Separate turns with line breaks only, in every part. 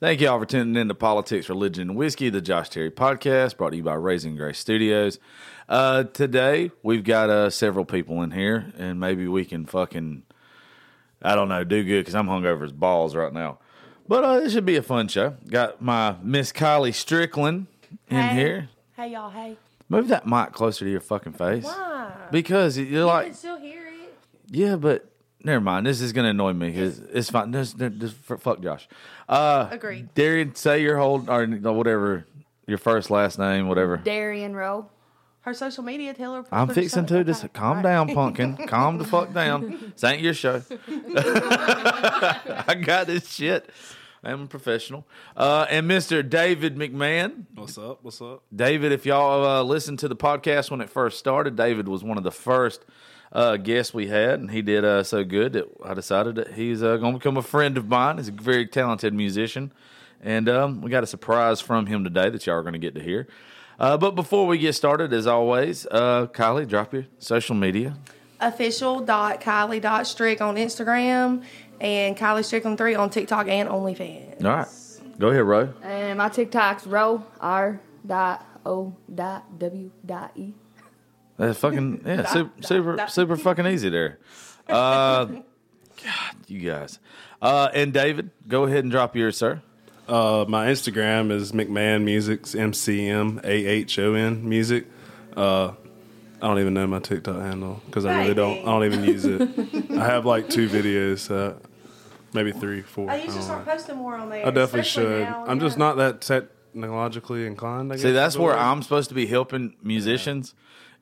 Thank y'all for tuning in to Politics, Religion, and Whiskey, the Josh Terry podcast, brought to you by Raising Grace Studios. Uh, today, we've got uh, several people in here, and maybe we can fucking, I don't know, do good because I'm hungover as balls right now. But uh, this should be a fun show. Got my Miss Kylie Strickland in
Hey.
here.
Hey y'all, hey.
Move that mic closer to your fucking face.
Why?
Ah. Because you're
I
like,
can still hear it.
yeah, but never mind. This is gonna annoy me. It's, it's fine. Just, just f- fuck Josh. Uh,
Agreed.
Darian, say your whole or whatever your first last name, whatever.
Darian Rowe.
Her social media, tell her.
I'm fixing to just calm down, pumpkin. calm the fuck down. This ain't your show. I got this shit. I'm a professional. Uh, and Mr. David McMahon.
What's up? What's up?
David, if y'all uh, listened to the podcast when it first started, David was one of the first uh, guests we had, and he did uh, so good that I decided that he's uh, going to become a friend of mine. He's a very talented musician, and um, we got a surprise from him today that y'all are going to get to hear. Uh, but before we get started, as always, uh, Kylie, drop your social media.
Official.kylie.strick on Instagram and Kylie Strickland 3 on TikTok and OnlyFans.
All right, go ahead, Ro.
And my TikTok's Rowe, R dot O dot W dot E.
That's Uh, fucking yeah, super super
dot.
super fucking easy there. Uh, God, you guys. Uh, and David, go ahead and drop yours, sir.
Uh, my Instagram is McMahon Music's M C M A H O N Music. Uh, I don't even know my TikTok handle because I really don't. I don't even use it. I have like two videos, uh, maybe three, four.
I used to
don't
Oh, start
know.
posting more on there.
I definitely
especially
should.
now,
I'm just
yeah.
not that technologically inclined. I guess
See,
is
that's
the
where
word.
I'm supposed to be helping musicians.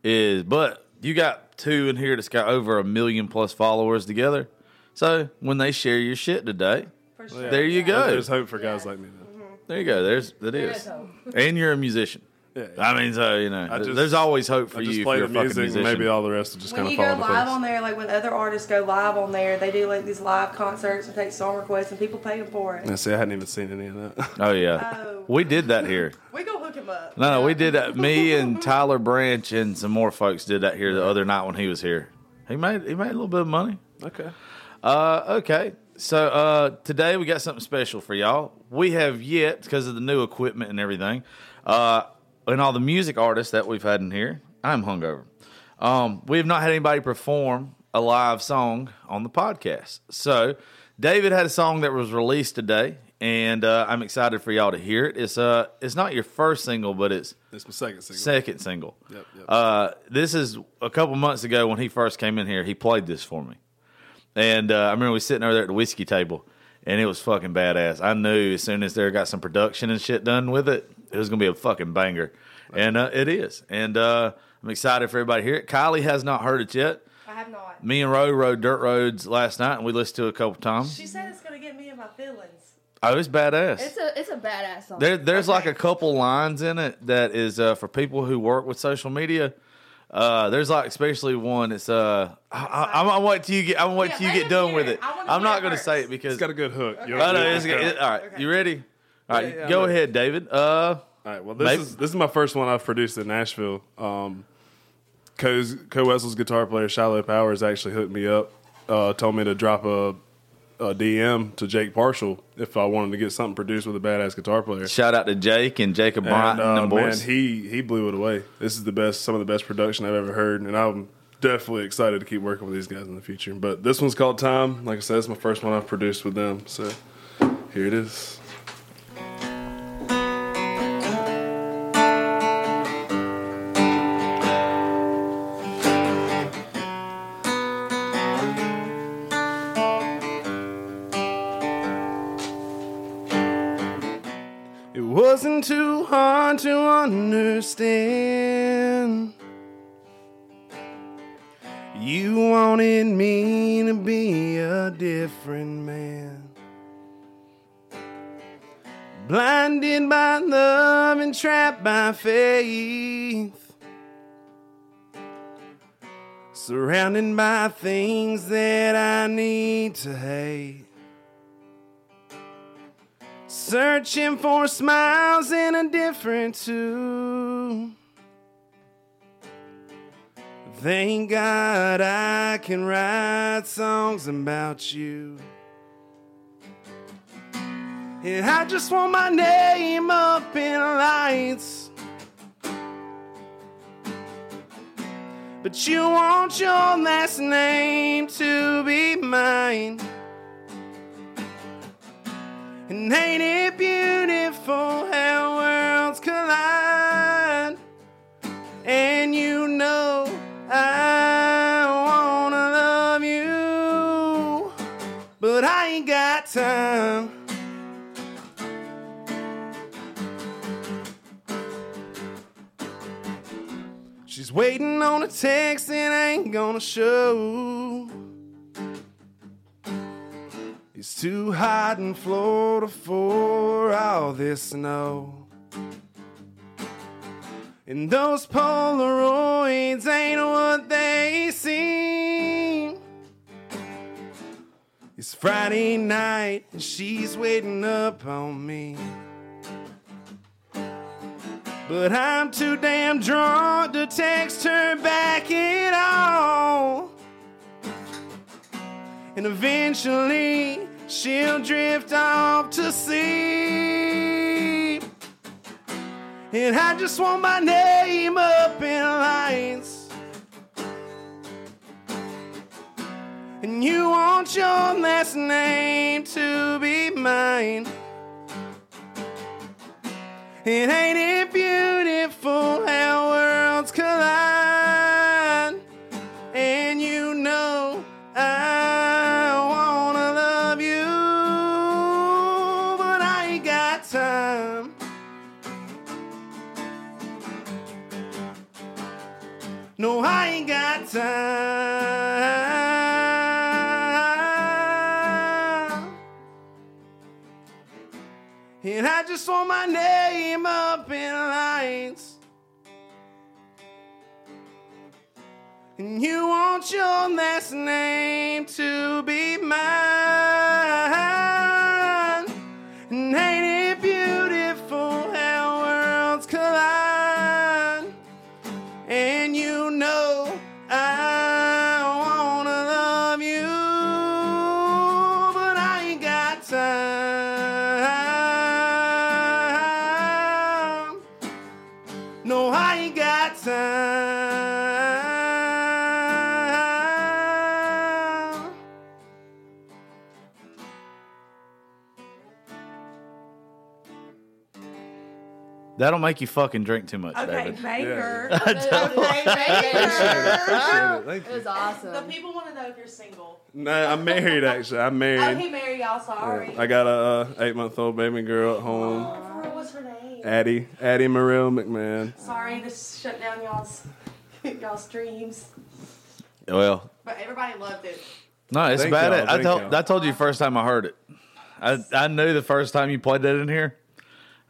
Is but you got two in here that's got over a million plus followers together. So when they share your shit today,
For sure.
there you go.
There's hope for guys like me. Though.
Mm-hmm.
there you go. There's that is, and you're a musician.
Yeah, yeah.
I mean, so you know,
I just-
there's always hope for
I
you.
just
if
play
you're
the
a fucking
music, and
musician.
maybe all the rest will just
When
kind of
you
fall
go
into
live
place.
on there, like when other artists go live on there, they do like these live concerts and take song requests and people pay them for it.
Yeah, see, I hadn't even seen any of that.
Oh yeah,
Oh.
we did that here.
We go hook him up.
No, no, we did that. Me and Tyler Branch and some more folks did that here the other night when he was here. He made he made a little bit of money.
okay.
Uh, okay. So uh, today we got something special for y'all. We have yet, because of the new equipment and everything, uh, and all the music artists that we've had in here, I'm hungover. Um, we have not had anybody perform a live song on the podcast. So David had a song that was released today, and uh, I'm excited for y'all to hear it. It's uh, it's not your first single, but it's
It's my second single.
second single.
Yep, yep.
Uh, this is a couple months ago when he first came in here. He played this for me, and uh, I remember we were sitting over there at the whiskey table, and it was fucking badass. I knew as soon as they got some production and shit done with it, it was gonna be a fucking banger, and uh, it is. And uh, I'm excited for everybody to hear it. Kylie has not heard it yet.
I have not.
Me and Ro rode dirt roads last night, and we listened to it a couple times.
She said it's going to get me in my feelings.
Oh, it's badass.
It's a it's a badass song.
There, there's like a couple lines in it that is uh, for people who work with social media. Uh, there's like especially one. It's uh, I, I, I'm, I'm wait till you get. I'm wait
Yeah,
till you
let
get
him
done
hear
with
it.
it.
I wanna
I'm
hear
not
it
gonna
first.
say it because.
It's got a good hook. You
I
wanna
know,
do
it's
it?
gonna-
Yeah.
it- all right, you ready? All right,
Yeah, yeah, I'm
go
ready.
ahead, David. Uh,
All right. Well, this
Maybe-
is this is my first one I've produced in Nashville. Um, Co's, Co Wessel's guitar player Shiloh Powers actually hooked me up, uh, told me to drop a, a DM to Jake Partial if I wanted to get something produced with a badass guitar player.
shout out to Jake and Jacob Bryant
And,
and
uh,
them
man,
boys.
he he blew it away. This is the best, some of the best production I've ever heard, and I'm definitely excited to keep working with these guys in the future. But this one's called Time. Like I said, it's my first one I've produced with them, so here it is. It wasn't too hard to understand. You wanted me to be a different man. Blinded by love and trapped by faith. Surrounded by things that I need to hate. Searching for smiles in a different tune. Thank God I can write songs about you. And I just want my name up in lights. But you want your last name to be mine. And ain't it beautiful how worlds collide? And you know I wanna love you, but I ain't got time. She's waiting on a text and ain't gonna show. It's too hot in Florida for all this snow. And those Polaroids ain't what they seem. It's Friday night and she's waiting up on me. But I'm too damn drunk to text her back at all. And eventually she'll drift off to sleep. And I just want my name up in lights. And you want your last name to be mine. And ain't it beautiful how worlds collide? And you know I wanna love you, but I ain't got time. No, I ain't got time. And I just want my name up in lights. And you want your last name to be mine. And ain't it beautiful how worlds collide? And you know I wanna love you, but I ain't got time. No, I ain't got time.
That'll make you fucking drink too much,
Okay,
David.
Baker.
It
Okay, Baker.
Thank you.
was
The
awesome.
people want to know if you're single.
No, I'm married actually. I'm
Oh,
married.
he married y'all. Sorry.
I got a uh, eight month old baby girl at home.
What was her name?
Addie, Addie Morel McMahon.
Sorry, this shut down y'all's y'all's dreams.
Well,
But everybody loved it.
no, it's
Thank
about
y'all,
it. I
thank
told
y'all.
I told you the first time I heard it. I I knew the first time you played that in here.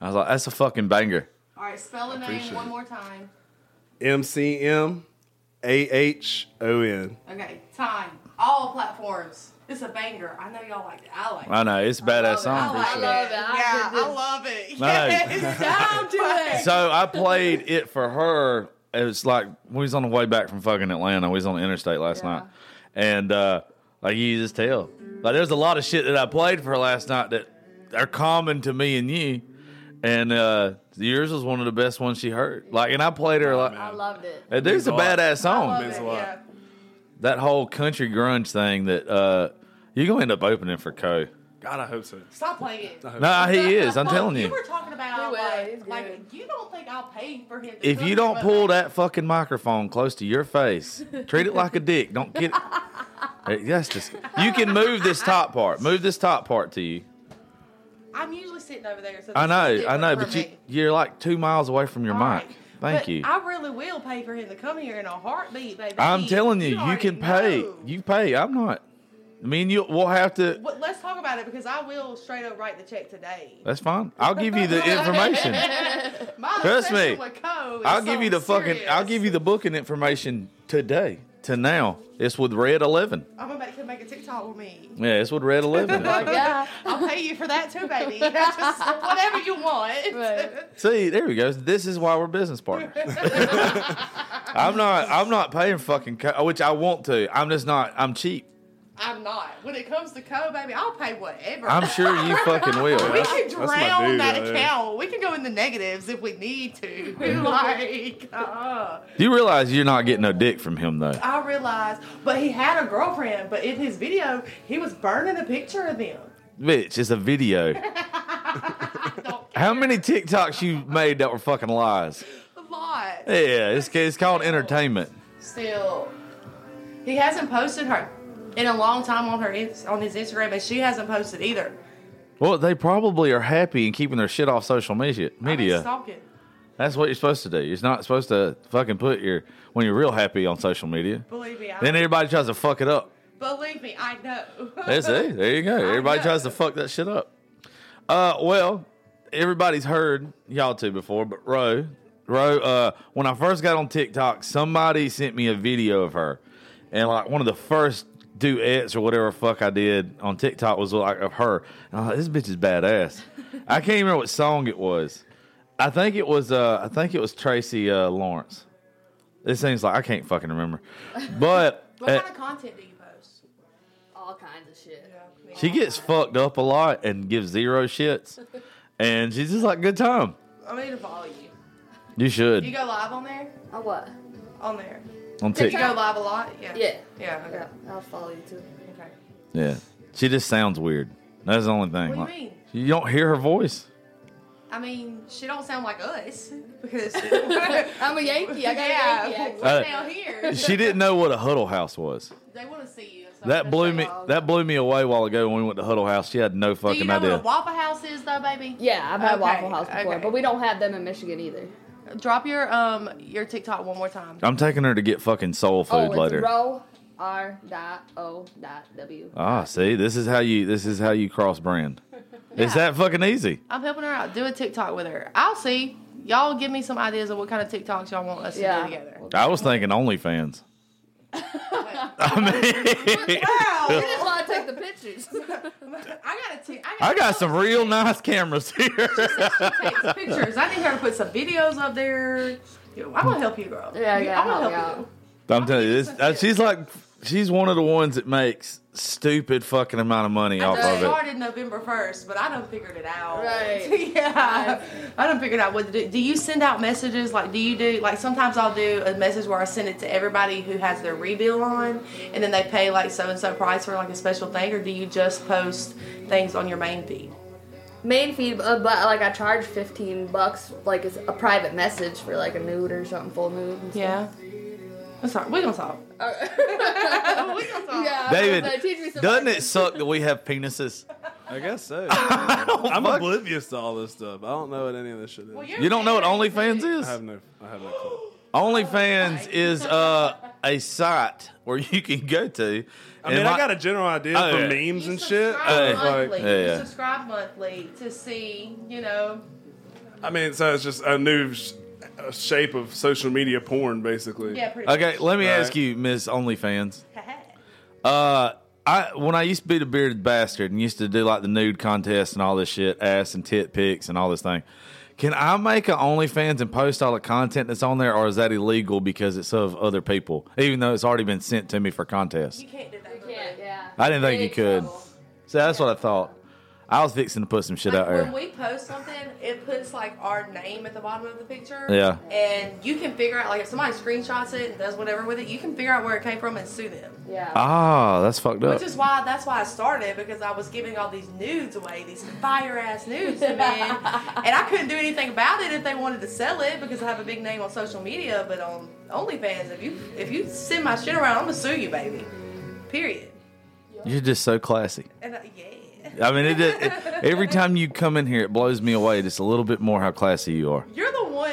I was like, that's a fucking banger.
All right, spell the name one more time.
M C M A H O N.
Okay, time. All platforms. It's a banger. I know y'all like it. I like it.
I know it's a badass song. for
I
sure.
love it.
I
Yeah, I love it.
No.
Yes, down to it.
So I played it for her. It was like we was on the way back from fucking Atlanta. We was on the interstate last
Yeah.
night, and uh, like you just tell, like there's a lot of shit that I played for her last night that are common to me and you, and uh, yours was one of the best ones she heard. Like, and I played her like.
Oh,
I loved it.
Hey, There's a
Means a
badass
lot.
Love
song.
Means
it,
a lot.
yeah.
That whole country grunge thing that uh, you're gonna end up opening for Co.
God, I hope so.
Stop playing it.
Nah, he is. I'm
Well,
telling
You
you.
were talking about
He will,
like,
he's
like
good.
you don't think I'll pay for him. To
If
come
you
to
don't
my-
pull that fucking microphone close to your face, treat it like a dick. Don't get it. Hey, That's just. You can move this top part. Move this top part to you.
I'm usually sitting over there. So
I
this is
know, I
different
know,
for
but you,
me.
you're like two miles away from your
All
mic.
right.
Thank
But
you.
I really will pay for him to come here in a heartbeat, baby.
I'm telling you, you
already
can pay.
know.
You pay. I'm not. I mean, you. We'll have to.
Well, let's talk about it because I will straight up write the check today.
That's fine. I'll give you the information.
My
Trust me.
obsession with Cole is
I'll give you the
something
fucking. I'll
serious.
give you the booking information today to now. It's with Red Eleven.
I'm gonna make him make a TikTok with me.
Yeah, it's with Red Eleven.
yeah.
I'll pay you for that too, baby. Just whatever you want.
Right.
See, there we go. This is why we're business partners. I'm not. I'm not paying fucking. Co- which I want to. I'm just not. I'm cheap.
I'm not. When it comes to co, baby, I'll pay whatever.
I'm sure you fucking
we
will.
can
that's my
drown
dude
that
right there.
account. We can go in the negatives if we need to. like, uh,
You realize you're not getting no dick from him though.
I realized, but he had a girlfriend. But in his video, he was burning a picture of them.
Bitch, it's a video. How many TikToks you made that were fucking lies?
A lot.
Yeah, it's, it's called entertainment.
still he hasn't posted her in a long time on her ins- on his Instagram and she hasn't posted either.
Well, they probably are happy in keeping their shit off social media.
I've been
Media.
stalking.
That's what you're supposed to do. You're not supposed to fucking put your when you're real happy on social media.
Believe me, I
Then everybody tries to fuck it up.
believe me, I know.
That's it. There you go. Everybody
know.
tries to fuck that shit up. Uh, well, everybody's heard y'all two before, but Ro, Ro, uh, when I first got on TikTok, somebody sent me a video of her, and like one of the first duets or whatever fuck I did on TikTok was like of her. And I was like, this bitch is badass. I can't even remember what song it was. I think it was. Uh, I think it was Tracy uh, Lawrence. It seems like I can't fucking remember, but.
What
uh,
kind of content do you post?
All kinds of shit.
she gets fucked up a lot and gives zero shits. And she's just like, good time.
I need to follow you.
You should.
You go live on there?
Oh, what?
On there.
on
You
TikTok.
go live a lot? Yeah.
Yeah.
Yeah, okay.
Yeah, I'll follow you too.
okay.
Yeah. She just sounds weird. That's the only thing.
What do you
Like,
mean?
you don't hear her voice.
I mean, she don't sound like us because
I'm a Yankee. I got
yeah,
a Yankee accent.
we're
Uh,
down here.
She didn't know what a huddle house was.
They want to see you. so
That
just
blew
say,
me
"Oh,
that blew me away a while ago when we went to Huddle House. She had no
Do you
fucking
know what a
idea.
Waffle House is, though, baby?
Yeah, I've had
Okay,
Waffle House before,
okay.
but we don't have them in Michigan either.
Drop your um your TikTok one more time.
I'm taking her to get fucking soul food
oh,
later.
it's row r dot o dot w.
Ah, see, this is how you this is how you cross brand. It's that fucking easy.
I'm helping her out. Do a TikTok with her. I'll see. Y'all give me some ideas of what kind of TikToks y'all want us
Yeah.
to do together.
I was thinking OnlyFans.
You just want to take the pictures.
I got a t-
I got some real nice cameras here.
takes pictures. I need her to put some videos up there. Yo, I'm gonna help you, girl.
Yeah, yeah,
I'm gonna
help
help
me
you.
I'm telling you, this,
That's
uh,
it.
she's like, she's one of the ones that makes stupid fucking amount of money
I
off
just
of it.
started November first, but I done figured it out.
Right.
yeah. I done figured out what to do. Do you send out messages? Like, do you do like sometimes I'll do a message where I send it to everybody who has their rebill on, and then they pay like so and so price for like a special thing, or do you just post things on your main feed?
Main feed, uh, but like I charge fifteen bucks, like it's a private message for like a nude or something, full nude. And stuff.
Yeah. I'm sorry. We gonna talk. we gonna talk.
Yeah.
David,
Like, teach me some
doesn't it
lessons.
suck that we have penises?
I guess so. I'm
fuck-
oblivious to all this stuff. I don't know what any of this shit is.
you're
You don't know what
married.
OnlyFans
I have
is?
no. I have no clue.
OnlyFans is uh, a site where you can go to.
I mean, I got a general idea
Oh,
for
yeah.
memes
You
and shit.
subscribe
Uh,
monthly.
Like,
yeah, yeah.
You subscribe monthly to see, you know.
I mean, so it's just a new sh- uh, shape of social media porn, basically.
Yeah, pretty.
Okay, let me
All
ask
right.
you, Miss OnlyFans.
much.
Uh, I when I used to be the bearded bastard and used to do like the nude contest and all this shit, ass and tit pics and all this thing. Can I make an OnlyFans and post all the content that's on there, or is that illegal because it's of other people, even though it's already been sent to me for contest?
You can't do that.
Yeah, yeah.
I didn't think you
Big
could.
trouble.
So that's what I thought. I was fixing to put some shit
Like,
out
when
there.
we post something, it puts like our name at the bottom of the picture.
Yeah.
And you can figure out like if somebody screenshots it and does whatever with it, you can figure out where it came from and sue them.
Yeah.
Ah, that's fucked up.
Which is why that's why I started because I was giving all these nudes away, these fire ass nudes to men, and I couldn't do anything about it if they wanted to sell it because I have a big name on social media. But on OnlyFans, if you if you send my shit around, I'm gonna sue you, baby. Period.
You're just so classy.
And I, yeah.
I mean, it, it, every time you come in here, it blows me away just a little bit more how classy you are.
You're the one.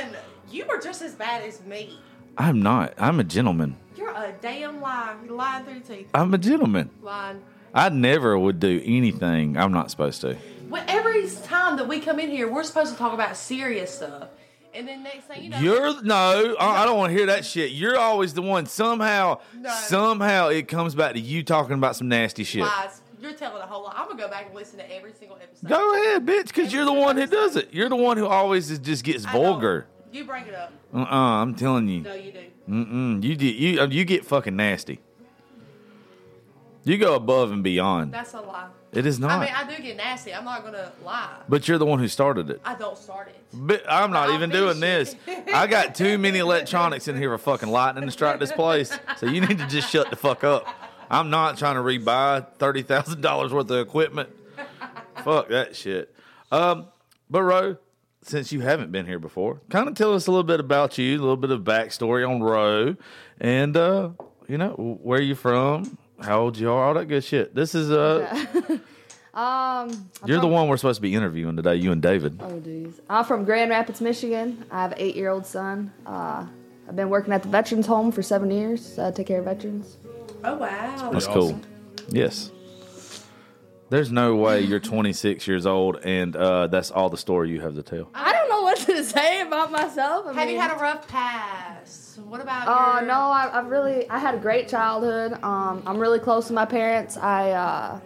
You were just as bad as me.
I'm not. I'm a gentleman.
You're a damn liar. You're lying through your teeth.
I'm a gentleman.
Lying.
I never would do anything I'm not supposed to.
Well, every time that we come in here, we're supposed to talk about serious stuff. And then next thing you know,
You're no, I, I don't want to hear that shit. You're always the one. Somehow,
No.
somehow it comes back to you talking about some nasty shit.
lies. You're telling a whole lot. I'm gonna go back and listen to every single episode.
Go ahead, bitch, because you're the one who does it. You're the one who always is, just gets
I know.
vulgar. Mm.
You bring it up.
Uh, uh I'm telling you,
No, you do.
Mm-mm, you get you uh, you get fucking nasty. You go above and beyond.
That's a lie.
It is not.
I mean, I do get nasty. I'm not gonna lie.
but you're the one who started it.
I don't start it.
But I'm not
I'll
even
be
doing this.
shit.
I got too many electronics in here for fucking lightning to strike this place. So you need to just shut the fuck up. I'm not trying to rebuy thirty thousand dollars worth of equipment. fuck that shit. Um, but Ro, since you haven't been here before, kind of tell us a little bit about you, a little bit of backstory on Ro, and uh, you know where you from, how old you are, all that good shit. This is uh,
Um,
you're the one we're supposed to be interviewing today. You and David.
oh geez. I'm from Grand Rapids, Michigan. I have an eight-year-old son. Uh, I've been working at the veterans home for seven years. So I take care of veterans.
Oh wow.
That's cool.
awesome.
Yes. There's no way you're 26 years old and uh, that's all the story you have to tell.
I don't know what to say about myself. I
Have
mean-
you had a rough past? What about?
Oh
your-
no, I, I really I had a great childhood. Um, I'm really close to my parents. I uh,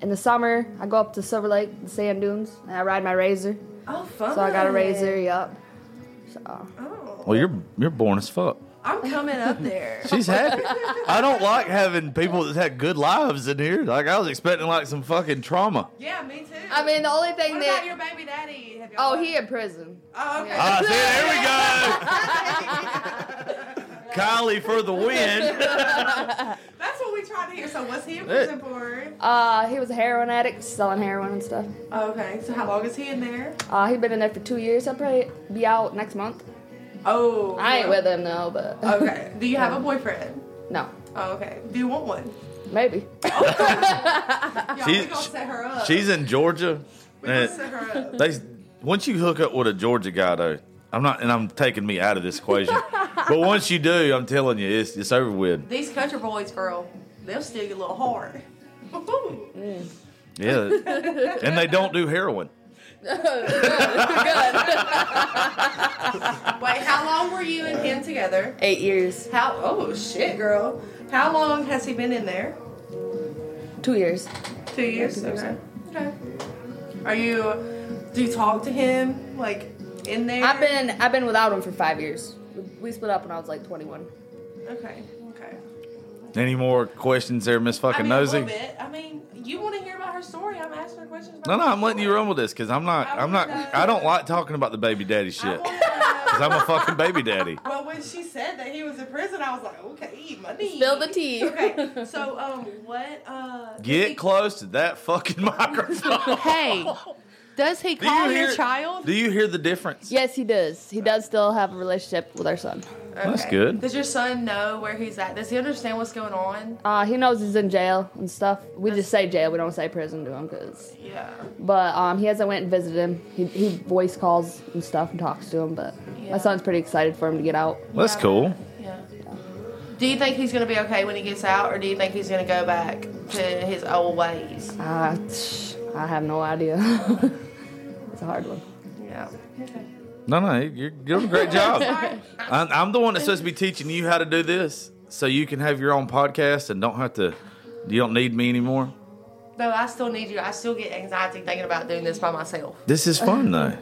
in the summer I go up to Silver Lake, the sand dunes, and I ride my razor.
Oh, fun.
So I got a razor. Yep. So
Oh,
Well, you're you're born as fuck.
I'm coming up there.
She's happy. I don't like having people that had good lives in here. Like I was expecting like some fucking trauma.
yeah, me too.
I mean the only thing
what about
that
your baby daddy? Have y'all
oh he in prison.
Oh, okay.
Ah, see, there we go. Kylie for the win.
That's what we try to hear. So was he in prison for?
Uh, he was a heroin addict, selling heroin and stuff.
Okay. So how long is he in there?
Uh, he been in there for two years. I'll probably be out next month.
Oh.
I ain't with him though, but uh,
Okay. Do you have a boyfriend?
no,
Oh, okay. Do you want one?
maybe.
Y'all, we
She's-
gonna set her up.
She's in Georgia.
we gonna
and-
set her up.
They once you hook up with a Georgia guy though, I'm not, and I'm taking me out of this equation. but once you do, I'm telling you, it's it's over with.
These country boys, girl, they'll steal you a little hard. Woohoo.
Yeah, and they don't do heroin.
Wait, how long were you and him together?
Eight years,
How? Oh shit, girl. How long has he been in there?
two years.
Two years. Okay. Okay. Are you? Do you talk to him like in there?
I've been I've been without him for five years. We split up when I was like 21.
Okay. Okay.
Any more questions there, Miss
I
Fucking
mean,
Nosy?
A little bit. I mean, you want to hear about her story? I'm asking her questions. About
No, no,
her
I'm letting you
story.
run with this because I'm not,
I
I'm not,
wanna-
I don't like talking about the baby daddy
I
shit
wanna
because
know.
I'm a fucking baby daddy.
Well, when she said that he was in prison, I was like, okay, money.
Spill the tea.
Okay. So, um, what? Uh, did he-
Get close to that fucking microphone.
Hey, does he
Do you
call your
hear-
child?
Do you hear the difference?
Yes, he does. He does still have a relationship with our son.
That's good.
Does your son know where he's at? Does he understand what's going on?
Uh, he knows he's in jail and stuff. We just say jail. We don't say prison to him, cause.
Yeah.
But um, he hasn't went and visited him. He, he voice calls and stuff and talks to him. But
Yeah.
my son's pretty excited for him to get out.
That's cool.
Yeah. Do you think he's gonna be okay when he gets out, or do you think he's gonna go back to his old ways?
Uh, I have no idea. it's a hard one.
Yeah. Okay.
No, no, you're doing a great job. I'm, I'm the one that's supposed to be teaching you how to do this, so you can have your own podcast and don't have to. You don't need me anymore.
No, I still need you. I still get anxiety thinking about doing this by myself.
This is fun though.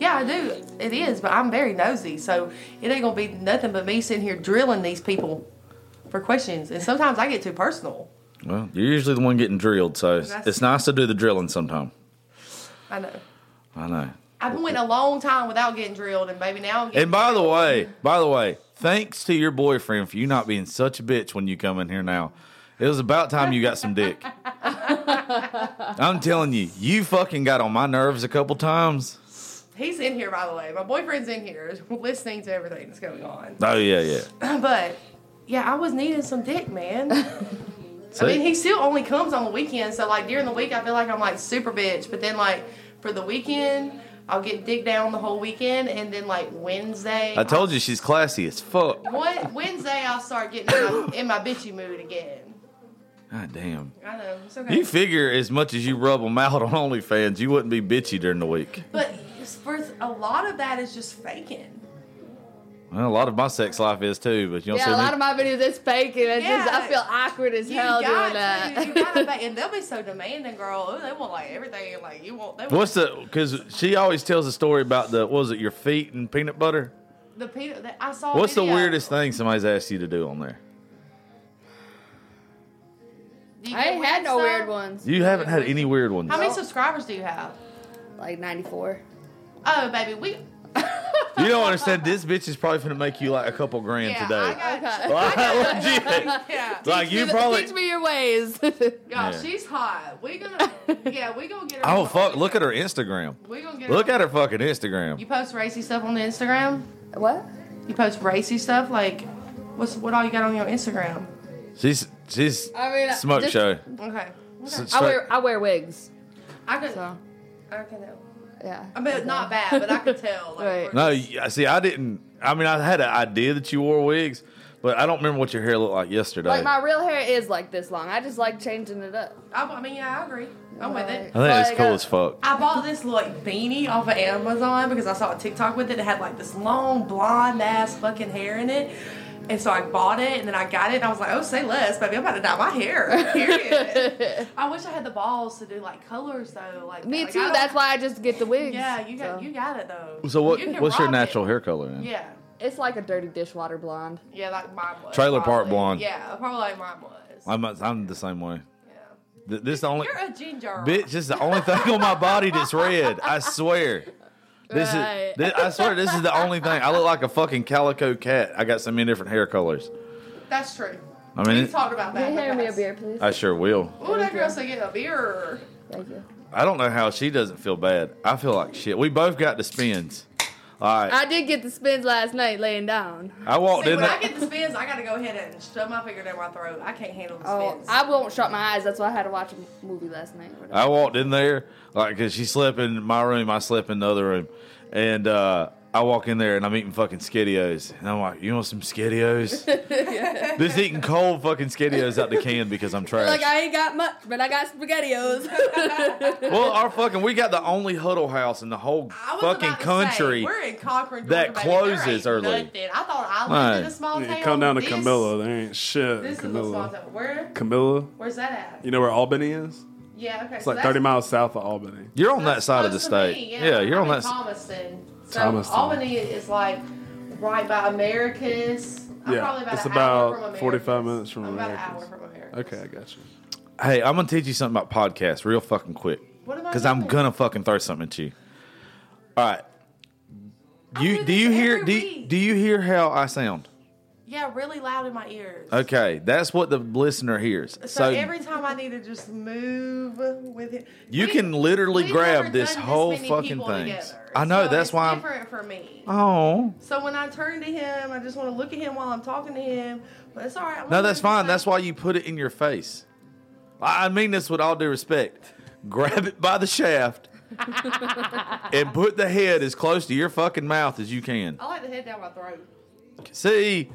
Yeah, I do. It is, but I'm very nosy, so it ain't gonna be nothing but me sitting here drilling these people for questions. And sometimes I get too personal.
Well, you're usually the one getting drilled, so it's,
That's-
it's nice to do the drilling sometime.
I know.
I know.
I've been waiting a long time without getting drilled, and maybe now I'm getting.
And by the way, by the way, thanks to your boyfriend for you not being such a bitch when you come in here now. It was about time you got some dick. I'm telling you, you fucking got on my nerves a couple times.
He's in here, by the way. My boyfriend's in here, listening to everything that's going on.
Oh yeah, yeah.
But yeah, I was needing some dick, man.
See?
I mean, he still only comes on the weekend. So like during the week, I feel like I'm like super bitch. But then like for the weekend, I'll get dick down the whole weekend, and then like Wednesday,
I told you she's classy as fuck.
what Wednesday I'll start getting in my, in my bitchy mood again.
God damn.
I know it's okay.
You figure as much as you rub them out on OnlyFans, you wouldn't be bitchy during the week.
but for a lot of that is just faking.
Well, a lot of my sex life is too, but you don't see
Yeah, a
me-
lot of my videos, it's faking. It's
Yeah.
just, I feel awkward as
You
hell doing
got
that.
to, you gotta, ba- and they'll be so demanding, girl. Ooh, they want like everything, and like you want. They want
What's the? Because she always tells a story about the what was it your feet and peanut butter.
the peanut? That I saw. a
What's the
video.
weirdest thing somebody's asked you to do on there?
Do you
I
get
ain't had no
stuff?
weird ones.
You haven't had any weird ones.
How many subscribers do you have?
Like 94.
Oh, baby, we.
You don't understand. This bitch is probably gonna make you like a couple grand
Yeah,
today.
I got.
Legit.
Yeah.
Like you probably.
Teach me your ways.
Y'all,
Yeah.
she's hot. We gonna, yeah, we gonna get her.
Oh fuck! Look at her Instagram.
We gonna get.
Look
her.
at her fucking Instagram.
You post racy stuff on the Instagram.
what?
You post racy stuff like, what's what all you got on your Instagram?
She's she's
I mean, I-
smoke
just-
show.
Okay.
S-
I
straight-
wear I wear wigs.
I could.
So,
I can tell.
yeah.
I mean, not bad, but I could tell. Like,
Right.
No, y- see, I didn't. I mean, I had an idea that you wore wigs, but I don't remember what your hair looked like yesterday.
Like, my real hair is like this long. I just like changing it up.
I, I mean, yeah, I agree. I'm with it.
I think
like,
it's cool
uh,
as fuck.
I bought this like beanie off of Amazon because I saw a TikTok with it. It had like this long blonde ass fucking hair in it. And so I bought it and then I got it and I was like, oh, say less, baby. I'm about to dye my hair. Period. I wish I had the balls to do like colors though. Like
Me
like, I
too.
don't-
That's why I just get the wigs.
Yeah, you got
so.
you got it though.
So what?
You can
What's your
rock it.
natural hair color? Then?
Yeah,
It's like a dirty dishwater blonde.
yeah, like mine was.
Trailer park
probably.
blonde.
Yeah, probably like mine was.
I'm I'm the same way.
yeah.
Th- This the only
You're a ginger.
bitch. This is the only thing on my body that's red. I swear. This
Right.
is. This, I swear. This is the only thing. I look like a fucking calico cat. I got so many different hair colors.
That's true.
I mean,
We
it,
talked about that.
Can
in
you
the
hand me a
past.
beer, please?
I sure will.
Ooh, that girl's getting a beer.
Thank you.
I don't know how she doesn't feel bad. I feel like shit. We both got the spins. All right.
I did get the spins last night laying down.
I walked
See,
in
when I
there.
get the spins, I gotta go ahead and shove my finger down my throat. I can't handle the
Oh,
spins.
I won't shut my eyes. That's why I had to watch a movie last night. or whatever.
I walked in there like because she slept in my room, I slept in the other room, and uh, I walk in there and I'm eating fucking Skidios, and I'm like, you want some Skidios? This eating cold fucking Skidios out the can because I'm trash.
Like I ain't got much, but I got spaghettios.
well, our fucking we got the only huddle house in the whole
I was
fucking
about to
country.
Say, we're in Cochrane,
that
Georgia, baby. There
closes
ain't
early.
Nothing. I thought I lived in
Right.
a small
You
town.
come down to
This-
Camilla. There ain't shit.
This is a small
Camilla.
town. Where?
Camilla.
Where's that at?
You know where Albany is?
Yeah, okay.
It's like 30 miles south of Albany.
You're on that side of the state. yeah. you're on that. s-
Thomaston. So
Thomaston.
Albany is like right by Americus. I'm
Yeah,
probably about
it's
an
about
hour from
45
Americus.
minutes from
I'm About an
Americus.
hour from Americus.
Okay, I got you.
Hey, I'm gonna teach you something about podcasts real fucking quick
What am I
because I'm
doing?
gonna fucking throw something at you. All right. You
do
do you
this
hear
every
do,
week.
do you hear how I sound?
Yeah, really loud in my ears.
Okay, that's what the listener hears. So,
So, every time I need to just move with it,
you
We-
can literally
we've never
grab
done
this whole
many
fucking
people
thing.
together.
I know
So
that's
it's
why. I'm,
different for me.
oh
So when I turn to him, I just want to look at him while I'm talking to him. But it's all right. I'm
no,
gonna
that's
do the
fine.
same.
That's why you put it in your face. I I mean this with all due respect. Grab it by the shaft and put the head as close to your fucking mouth as you can.
I like the head down my throat.
See,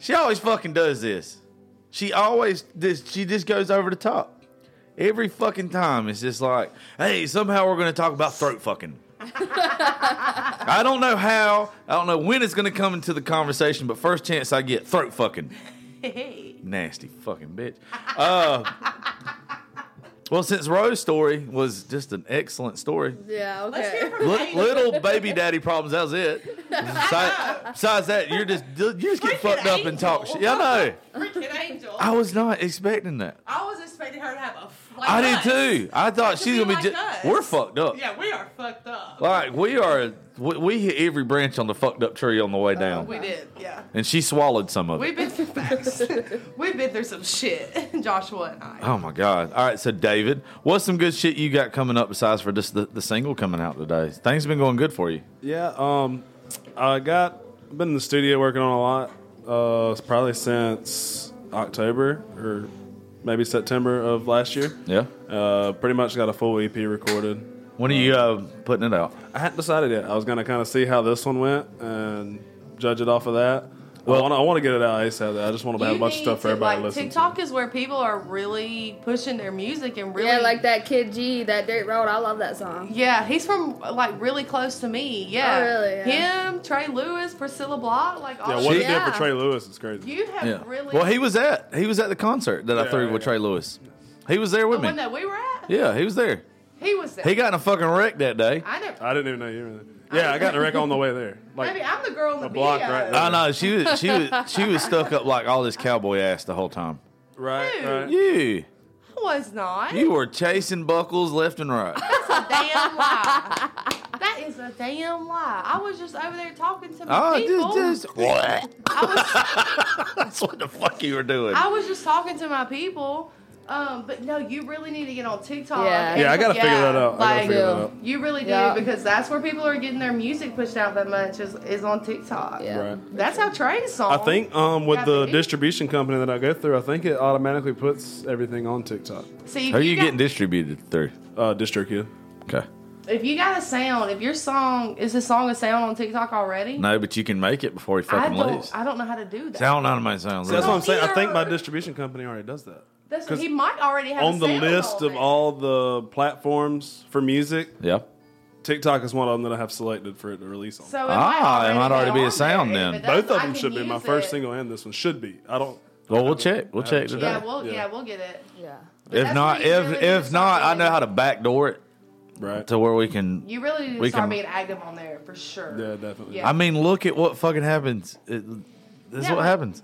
she always fucking does this. She always this. She just goes over the top every fucking time. It's just like, hey, somehow we're gonna talk about throat fucking. I don't know how. I don't know when it's gonna come into the conversation, but first chance I get, throat fucking.
Hey,
Nasty fucking bitch. Uh, well, since Rose's story was just an excellent story,
yeah,
let's
okay.
hear from
li- little baby daddy problems. That was it. Besides, besides that, you're just you just get
Freaking
fucked up and talk shit. Yeah,
angel.
I know.
freaking Angel.
I
I,
was not expecting that.
was expecting her to have a. Like
I did
us.
too. I thought
To
she's
be
gonna be.
like
ju-
us.
we're fucked up.
Yeah, we are fucked up.
Like we are. We, we hit every branch on the fucked up tree on the way down,
Uh, We did. Yeah.
and she swallowed some of it.
We've been through facts. We've been through some shit, Joshua and I.
Oh my god! All right, so David, what's some good shit you got coming up besides for just the, the single coming out today? Things have been going good for you.
Yeah, um, I got been in the studio working on a lot. Uh, probably since October or maybe September of last year.
Yeah.
Uh, pretty much got a full EP recorded.
When are you uh, putting it out?
I hadn't decided yet. I was gonna kind of see how this one went and judge it off of that. Well, I wanna- I want to get it out ASAP. though. I just want to have a bunch of
need
stuff for
to,
everybody
like,
to listen.
TikTok is where people are really pushing their music and really
Yeah, like that Kid G, that Dirt Road. I love that song.
Yeah, he's from like really close to me. Yeah,
Oh, really? Yeah.
Him, Trey Lewis, Priscilla Block, like
To.
all.
Yeah, what
you,
it did
Yeah.
for Trey Lewis is crazy.
you have
Yeah.
really.
Well, he was at he was at the concert that I
Yeah,
threw
yeah,
with
yeah.
Trey Lewis. He was there
the
with me.
one that we were at.
Yeah, he was there.
He was there.
He got in a fucking wreck that day.
I know.
I didn't even know you were there. Yeah, I got the wreck on the way there. uh, Like,
Maybe I'm the girl in the
a block
video.
right there.
I know she was she was she was stuck up like all this cowboy ass the whole time.
right, right.
You
I was not.
you were chasing buckles left and right.
damn lie. That is a damn lie. I was just over there talking to
Ah,
my
Oh,
people.
just just what?
I was
That's what the fuck you were doing.
I was just talking to my people. Um, but no, you really need to get on TikTok.
Yeah.
and-
Yeah, I gotta figure
yeah,
that out. I gotta
Like,
figure that out.
you really do
Yeah.
because that's where people are getting their music pushed out that much is, is on TikTok.
Yeah.
Right.
That's how Trey's song.
I think um, with
Yeah,
the
but-
distribution company that I go through, I think it automatically puts everything on TikTok.
See, if
Who are you
got,
getting distributed through?
Uh, DistroKid.
Okay.
If you got a sound, if your song is the song a sound on TikTok already,
No, but you can make it before he
I
fucking leaves.
don't. I don't know how to do that.
Sound on my sounds.
That's what I'm
Oh,
saying. I think my
dear.
distribution company already does that.
That's,
'Cause
he might already have a
On the
sound
list
on
of
there.
all the platforms for music,
Yeah.
TikTok is one of them that I have selected for it to release on.
So it
Ah, it might already
get
be a
on
sound
there,
then.
but that's-
Both of
I
them
can
should be. My
use
first
it.
single and this one should be. I don't.
Well, we'll check. We'll check today.
Yeah, we'll yeah,
Yeah.
we'll get it.
Yeah.
if
that's
not,
where you
if
really need
if
to
not,
start
I know
doing
how to backdoor it
Right.
to where we can.
You really need to
We
start
can-
being active on there for sure.
yeah, definitely.
Yeah.
I mean, look at what fucking happens. It, this is
Yeah,
what
but-
happens.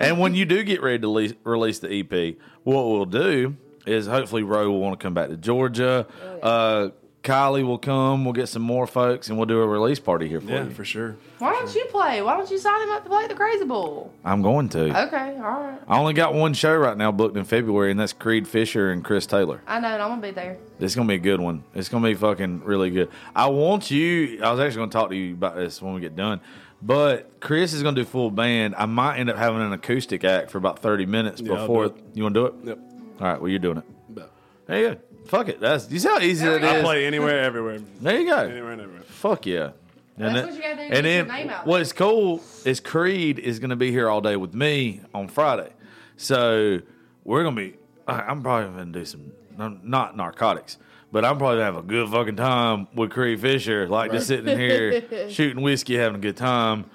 And when you do get ready to release, release the EP, what we'll do is hopefully Roe will want to come back to Georgia.
Oh,
Uh, Kylie will come. We'll get some more folks, and we'll do a release party here for
Yeah,
you.
for sure.
Why don't you play? Why don't you sign him up to play the Crazy Bowl?
I'm going to.
Oh.
Okay, all right.
I only got one show right now booked in February, and that's Creed Fisher and Chris Taylor.
I know, and I'm gonna be there.
It's gonna be a good one. It's gonna be fucking really good. I want you. I was actually gonna talk to you about this when we get done, but Chris is gonna do full band. I might end up having an acoustic act for about thirty minutes
Yeah, I'll
before.
do it.
You want to do it?
Yep.
All right. Well, you're doing it.
But
There you go. Fuck it. That's you see how easy that
I
is.
play anywhere, everywhere,
There you go.
anywhere, and everywhere.
Fuck yeah. And
That's
then-
what you gotta do to
And
get
then
your name out
what's cool is Creed is gonna be here all day with me on Friday, so we're gonna be. I- I'm probably gonna do some no- not narcotics, but I'm probably gonna have a good fucking time with Creed Fisher, like just sitting in here shooting whiskey, having a good time,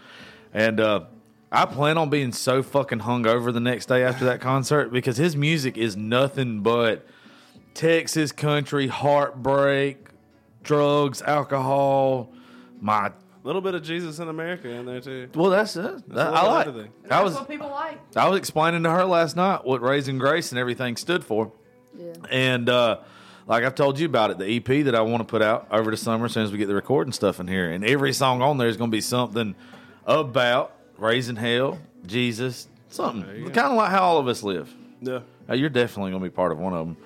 and uh, I plan on being so fucking hungover the next day after that concert because his music is nothing but Texas country heartbreak, drugs, alcohol. My
A little bit of Jesus in America in there too.
well, that's it. I
a little
like.
everything.
I
That's
was
what people like.
I was explaining to her last night what raising grace and everything stood for,
Yeah.
and uh, like I've told you about it, the EP that I want to put out over the summer, as soon as we get the recording stuff in here, and every song on there is going to be something about raising hell, Jesus, something kind of like how all of us live.
Yeah.
Uh, You're definitely going to be part of one of them.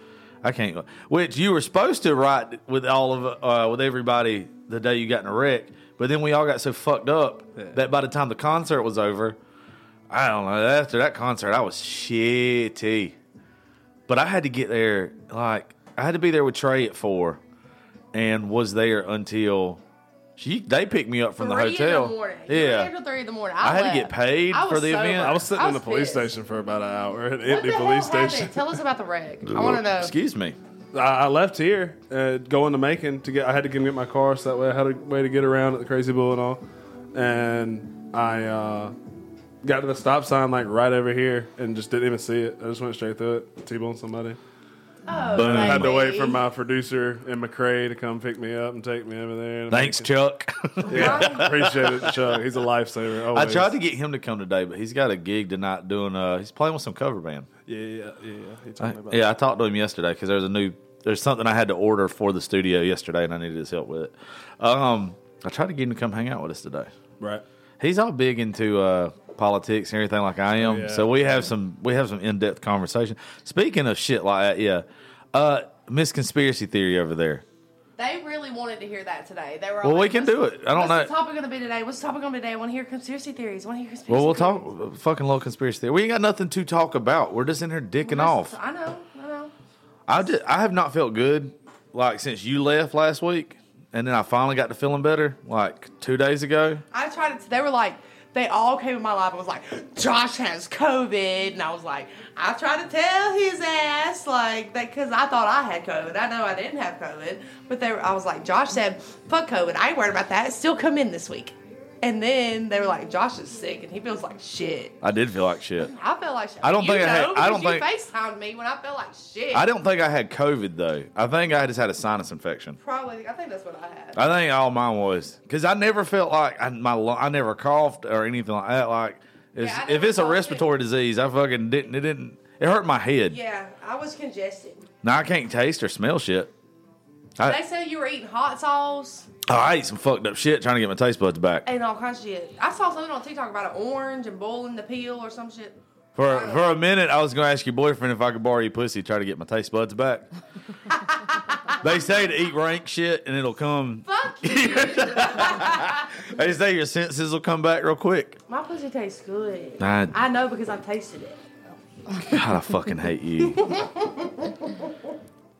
I can't. Which you were supposed to write with all of uh, with everybody the day you got in a wreck, but then we all got so fucked up that by the time the concert was over, I don't know. After that concert, I was shitty. But I had to get there. Like I had to be there with Trey at four, and was there until she they picked me up from the
three
hotel.
in the morning. You were there
Yeah,
till three in the morning.
I
I,
had to
left.
get paid
I was
for the
so
event.
mad.
I was sitting
I
in the
was
police
pissed.
station for about an hour at an
What
empty
the
police
hell
station.
Happened? Tell us about the wreck. I want to know.
Excuse me.
I, I left here, uh, going to Macon to get. I had to go get my car, so that way I had a way to get around at the Crazy Bull and all. And I uh, got to the stop sign like right over here, and just didn't even see it. I just went straight through it, t-boned somebody.
Oh,
Boom.
I had to wait
baby.
for my producer and McCray to come pick me up and take me over there. to
Thanks,
Macon.
Chuck.
Yeah, appreciate it, Chuck. He's a lifesaver.
I
Always.
tried to get him to come today, but he's got a gig tonight doing. Uh, he's playing with some cover band.
Yeah, yeah, yeah. yeah. He told
I,
me about
yeah, I talked to him yesterday because there's a new. There's something I had to order for the studio yesterday, and I needed his help with it. Um, I tried to get him to come hang out with us today.
it. Right.
He's all big into uh, politics and everything like I am,
Yeah.
so we have some we have some in depth conversation. Speaking of shit like that, yeah, uh, Miss Conspiracy Theory over there.
They really wanted to hear that today. They were. all
Well, we
like,
can
"What's-
do it. I don't
What's the
know.
topic going to be today? What's the topic going to be today? I want to hear conspiracy theories. I want to hear conspiracy.
Well, we'll
theories.
talk uh, fucking little conspiracy theory. We ain't got nothing to talk about. We're just in here dicking off.
I know. I know.
I did, I have not felt good like since you left last week, and then I finally got to feeling better like two days ago.
I tried to. They were like, they all came in my life and was like, Josh has COVID. And I was like, I tried to tell his ass, like, that because I thought I had COVID. I know I didn't have COVID. But they were, I was like, Josh said, fuck COVID. I ain't worried about that. Still come in this week. And then they were like, Josh is sick and he feels like shit.
I did feel like shit.
I felt like shit.
I don't
You
think I had-
know,
I don't
because you
think-
FaceTimed me when I felt like shit.
I don't think I had COVID though. I think I just had a sinus infection.
Probably, I think that's what I had.
I think all mine was because I never felt like I, my lung- I never coughed or anything like that. Like it's,
Yeah, I
if
never
it's a
coughed either.
respiratory disease, I fucking didn't. It didn't. It hurt my head.
Yeah, I was congested.
Now I can't taste or smell shit. I-
They said you were eating hot sauce.
Oh, I ate some fucked up shit trying to get my taste buds back.
and all kinds of shit. I saw something on TikTok about an orange and boiling the peel or some shit.
For for a minute, I was going to ask your boyfriend if I could borrow your pussy, to try to get my taste buds back. they say to eat rank shit and it'll come.
Fuck you.
They say your senses will come back real quick.
My pussy tastes good.
I-
I know because I've tasted it.
God, I fucking hate you.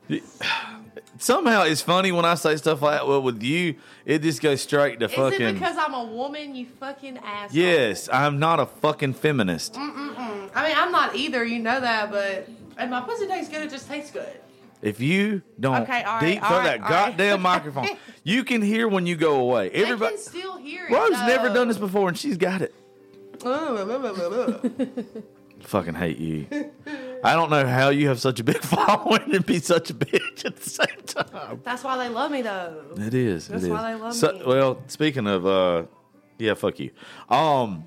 Somehow it's funny when I say stuff like that. Well, with you, it just goes straight to
Is
fucking.
it because I'm a woman, you fucking asshole?
yes, I'm not a fucking feminist.
Mm. I mean, I'm not either, you know that, but if my pussy tastes good, it just tastes good.
If you don't
Okay, all right,
deep
all
throw
right,
that
all right.
goddamn microphone, you can hear when you go away.
Everybody
Everybody.
can still hear it.
Rose's never
though.
done this before, and she's got it. Fucking hate you. I don't know how you have such a big following and be such a bitch at the same time.
That's why they love me, though.
It is.
That's
it is.
why they love
so,
me.
Well, speaking of, uh, yeah, fuck you. Um,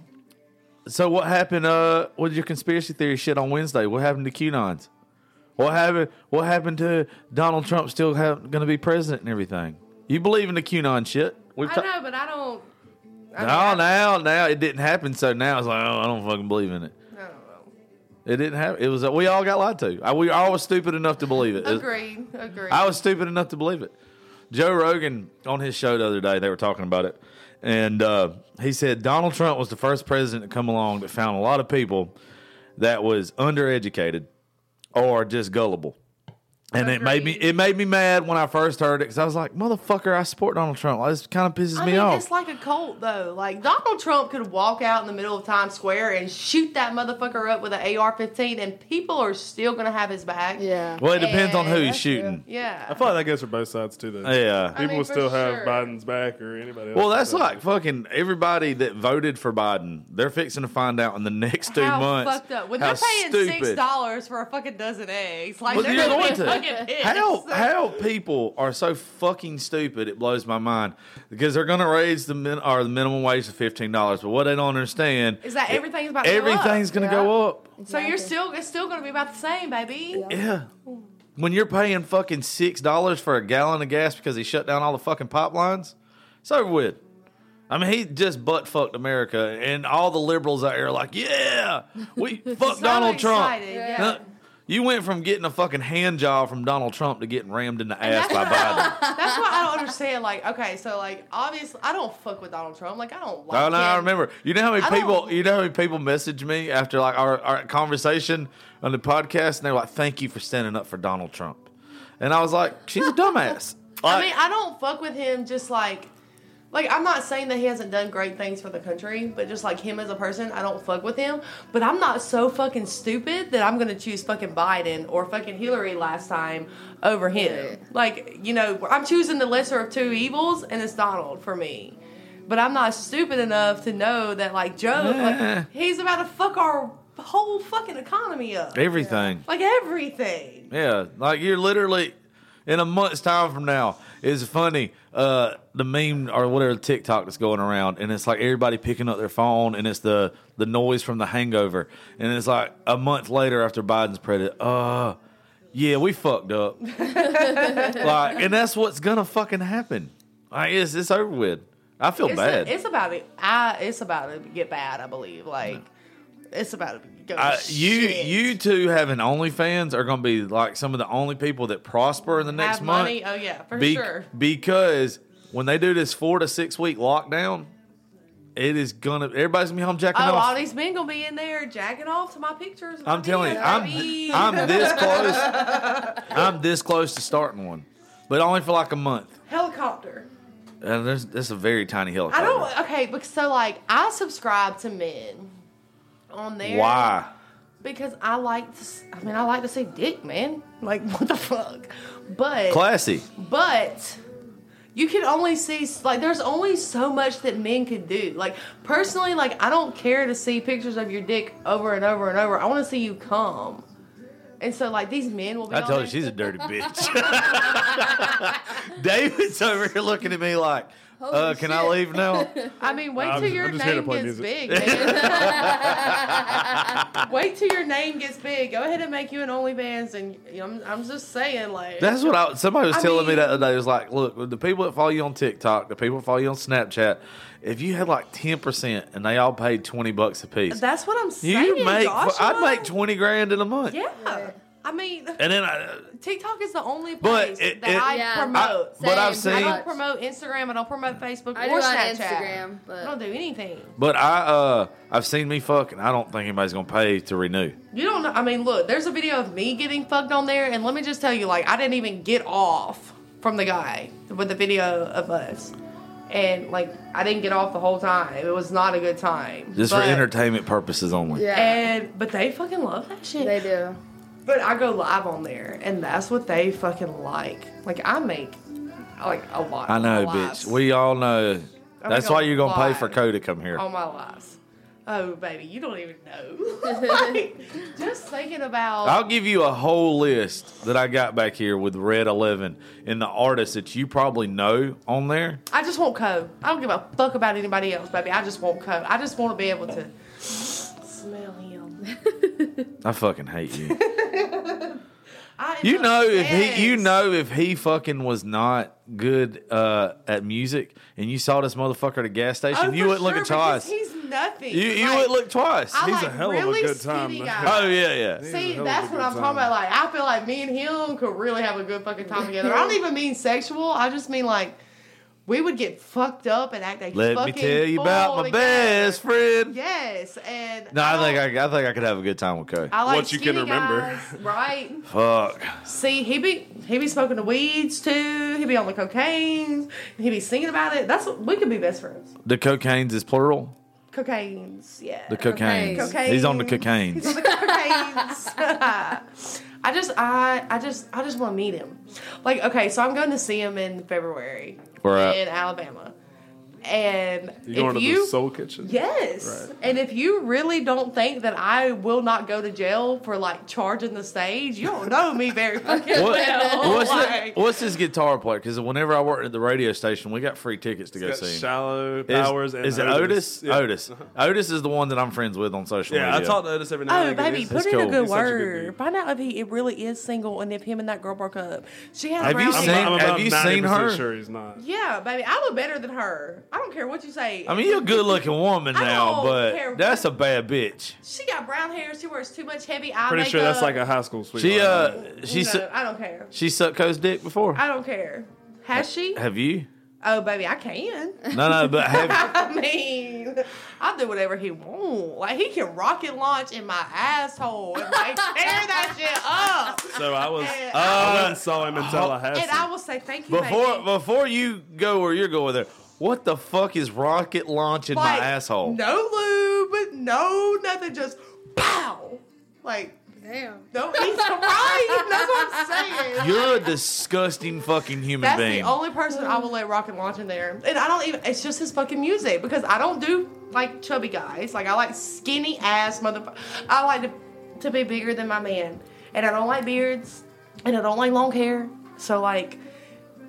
so what happened? Uh, with your conspiracy theory shit on Wednesday? What happened to QAnons? What happened? What happened to Donald Trump still have, gonna be president and everything? You believe in the QAnon shit? We've
I
ta-
know, but I don't. I mean,
No,
I-
now, now it didn't happen. So now it's like, oh, I don't fucking believe in it.
I don't know.
It didn't happen. It was we all got lied to. I, we all was stupid enough to believe it.
Agreed. Agreed.
I was stupid enough to believe it. Joe Rogan on his show the other day, they were talking about it, and uh, he said Donald Trump was the first president to come along that found a lot of people that was undereducated or just gullible. And it made me
Agreed.
it made me mad when I first heard it because I was like, motherfucker, I support Donald Trump. Like, this kind of pisses
I
me
mean,
off.
it's like a cult, though. Like Donald Trump could walk out in the middle of Times Square and shoot that motherfucker up with an AR-15, and people are still gonna have his back.
Yeah.
well, it depends on who
Yeah,
he's
that's true.
shooting.
I
yeah.
feel like that goes for both sides too. Though
Yeah.
people
mean,
will
for
still have
sure.
Biden's back or anybody. else.
Well, that's like fucking everybody that voted for Biden. They're fixing to find out in the next two
how
months.
fucked up when
how
they're paying
stupid.
six dollars for a fucking dozen eggs. Like
Well,
they're
you're
gonna
going to.
be fucking pissed.
How how people are so fucking stupid? It blows my mind because they're going to raise the min or the minimum wage to fifteen dollars. But what they don't understand
Is that everything's about to go up.
E- everything's going to
Yeah.
go up.
So you're still it's still gonna be about the same, baby.
Yeah. When you're paying fucking six dollars for a gallon of gas because he shut down all the fucking pipelines, it's over with. I mean, he just butt fucked America, and all the liberals out here are like, "Yeah, we fuck
So
Donald Trump."
excited,
Yeah.
yeah.
Huh? You went from getting a fucking hand job from Donald Trump to getting rammed in the ass by Biden.
That's what I don't understand. Like, okay, so like obviously I don't fuck with Donald Trump. Like I don't like
Oh no, I
him.
remember. You know how many
I don't-
people? You know how many people message me after like our, our conversation on the podcast, and they're like, "Thank you for standing up for Donald Trump," and I was like, "She's a dumbass."
I mean, I don't fuck with him just like like I'm not saying that he hasn't done great things for the country, but just like him as a person, I don't fuck with him. But I'm not so fucking stupid that I'm gonna choose fucking Biden or fucking Hillary last time over him. Like, you know, I'm choosing the lesser of two evils and it's Donald for me. But I'm not stupid enough to know that like Joe
Yeah.
like, he's about to fuck our whole fucking economy up.
everything.
Like everything.
Yeah, like you're literally in a month's time from now. It's funny uh, the meme or whatever TikTok that's going around, and it's like everybody picking up their phone, and it's the the noise from The Hangover, and it's like a month later after Biden's president. Uh, yeah, we fucked up. like, and that's what's gonna fucking happen. Like, it's it's over with. I feel
it's
bad.
it's about it. I. It's about to get bad. I believe. Like, It's about to go.
Uh,
to
you
shit.
you two having OnlyFans are going to be like some of the only people that prosper in the next
have
month.
money. Oh yeah, for
Be-
sure.
Because when they do this four to six week lockdown, it is gonna everybody's gonna be home jacking
Oh, all
off.
these men gonna be in there jacking off to my pictures. and
I'm
my
telling you,
videos, baby.
I'm I'm this close. I'm this close to starting one, but only for like a month.
helicopter.
And there's this is a very tiny helicopter.
I don't. Okay, but so like I subscribe to men on there.
Why?
Because I like. To, s- I mean, I like to see dick, man. Like what the fuck? But
Classy.
but you can only see like there's only so much that men could do like personally like i don't care to see pictures of your dick over and over and over i want to see you come and so like these men will be
I
on
told you
there-
she's a dirty bitch. David's over here looking at me like, uh, can I leave now?
i mean wait
I'm
till
just-
your
I'm just here to
name
play
gets big
music.
man. wait till your name gets big go ahead and make you an onlyfans and you know, I'm, I'm just saying like
That's what I. Somebody was
I
telling me
mean-
that other day. It was like, look, the people that follow you on TikTok, the people that follow you on Snapchat, if you had like ten percent and they all paid twenty bucks a piece,
that's what i'm saying
you make.
Joshua.
I'd make twenty grand in a month.
yeah i mean
And then I,
TikTok is the only
But
place
it-
that
it-
I
Yeah.
promote.
I- but I've
Same,
I
seen-
don't promote Instagram. I don't promote Facebook
I do
or
on
Snapchat.
Instagram, but
I don't do anything.
but I, uh, I've seen me fuck, and I don't think anybody's gonna pay to renew.
You don't know. I mean, look, there's a video of me getting fucked on there, and let me just tell you, like, I didn't even get off from the guy with the video of us. And, like, I didn't get off the whole time. It was not a good time.
Just for
But-
entertainment purposes only.
yeah,
And, but they fucking love that shit.
they do.
But I go live on there, and that's what they fucking like. Like, I make, like, a lot.
I know,
of lives.
bitch. We all know.
I
That's
make a
why you're gonna pay
lot.
for Cody to come here.
all my lives. Oh, baby, you don't even know. Like, just thinking about.
I'll give you a whole list that I got back here with Red Eleven and the artists that you probably know on there.
I just want Co. I don't give a fuck about anybody else, baby. I just want Co. I just want to be able to smell him.
I fucking hate you.
I am
you know if he, you
obsessed.
know if he fucking was not good uh, at music, and you saw this motherfucker at a gas station,
Oh,
you
for
wouldn't look
sure,
at twice.
because He's nothing.
You you
Like,
wouldn't look twice.
I
He's
like
a-
a hell of a
really
good time,
skinny
man.
guys.
oh yeah, yeah.
See,
He's a hell of a
that's what
good
I'm
time.
talking about. Like, I feel like me and him could really have a good fucking time together. I don't even mean sexual. I just mean like we would get fucked up and act like
Let me
fucking
tell you about
fool
my
together.
best friend.
Yes, and
No, I think
don't-
I, I think I could have a good time with Cody.
I like
What you can
skinny
remember.
guys, right?
Fuck.
See, he be he be smoking the weeds too. He be on the cocaine. He be singing about it. That's we could be best friends.
The cocaine's is plural.
Cocaines, yeah.
The cocaines.
Cocaine.
He's on the cocaines.
He's on the cocaines. I just I I just I just want to meet him. Like okay, so I'm going to see him in February
Where at?
in Alabama, and
You going
if
to
you
the Soul Kitchen?
Yes.
Right.
And if you really don't think that I will not go to jail for like charging the stage, you don't know me very fucking
What-
well.
what's,
like,
the, what's this guitar player? Because whenever I worked at the radio station, we got free tickets to go
Got
see him.
shallow
Is-
powers and
is it Otis?
Yeah.
Otis. Otis is the one that I'm friends with on social
Yeah,
media.
I talk to Otis every now
Oh,
and again.
baby,
He's-
put
That's
in a
cool.
good
He's such a good
word.
dude.
Find out if he it really is single and if him and that girl broke up. She had
Have you
brown
seen-
hair.
I'm about
Have you seen
90%
her?
Sure, he's not.
Yeah, baby, I look better than her. I don't care what you say.
I mean, you're a good looking woman
I
now,
don't
but
care.
that's a bad bitch.
she got brown hair. She wears too much heavy eye
Pretty
makeup.
sure that's like a high school sweetheart.
She uh,
You
she
know,
su-
I don't care.
she sucked Co's dick before.
I don't care. Has she?
Have you?
Oh, baby, I can.
No, no, but have uh,
I mean, I'll do whatever he wants. Like he can rocket launch in my asshole and like tear that shit up.
uh,
so I was.
And,
I went and saw him in Tallahassee.
and I will say thank you.
before
baby.
before you go where you're going there. What the fuck is rocket launch in
Like,
my asshole?
No lube, no nothing. Just pow. Like
Damn.
no, he's right. That's what I'm saying.
You're a disgusting fucking human
That's
being.
the only person I will let rocket launch in there, and I don't even. It's just his fucking music because I don't do like chubby guys. Like I like skinny ass motherfucker. I like to to be bigger than my man, and I don't like beards, and I don't like long hair. So like,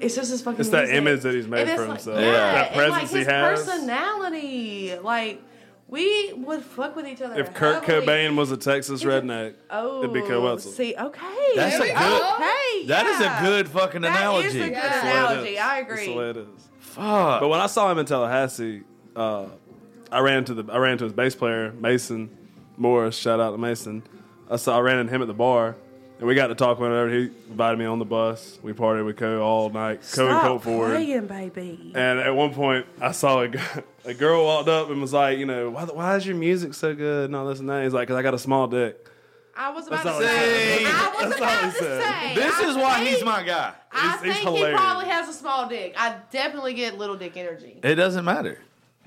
it's just his fucking.
It's that
music.
image that he's made
And it's
for
like-
himself.
Yeah,
That
and,
presence
like,
he
his
has.
Personality, like. We would fuck with each other.
if Kurt
heavily.
Cobain was a Texas redneck,
oh,
it'd be Kurt Wetzel.
See, okay,
That's a
There we
good-
go. Okay,
That is
yeah.
a good fucking
That
analogy.
is a good
Yeah.
analogy. I
That's the way
agree.
it is.
Fuck.
But when I saw him in Tallahassee, uh, I ran to the I ran to his bass player Mason, Morris, shout out to Mason. I saw I ran into him at the bar, and we got to talk whenever he invited me on the bus. We partied with Co all night. Co and Co
Stop
forward.
playing, baby.
And at one point, I saw a, g- a girl walked up and was like, you know, why, why is your music so good and all this and that. He's like, because I got a small dick.
I was about
That's all
to
he
say.
said.
I was
That's all
about
he
to
said.
say.
This
I
is why he's
think-
my guy.
I
he's- he's
think he
hilarious.
probably has a small dick. I definitely get little dick energy.
It doesn't matter.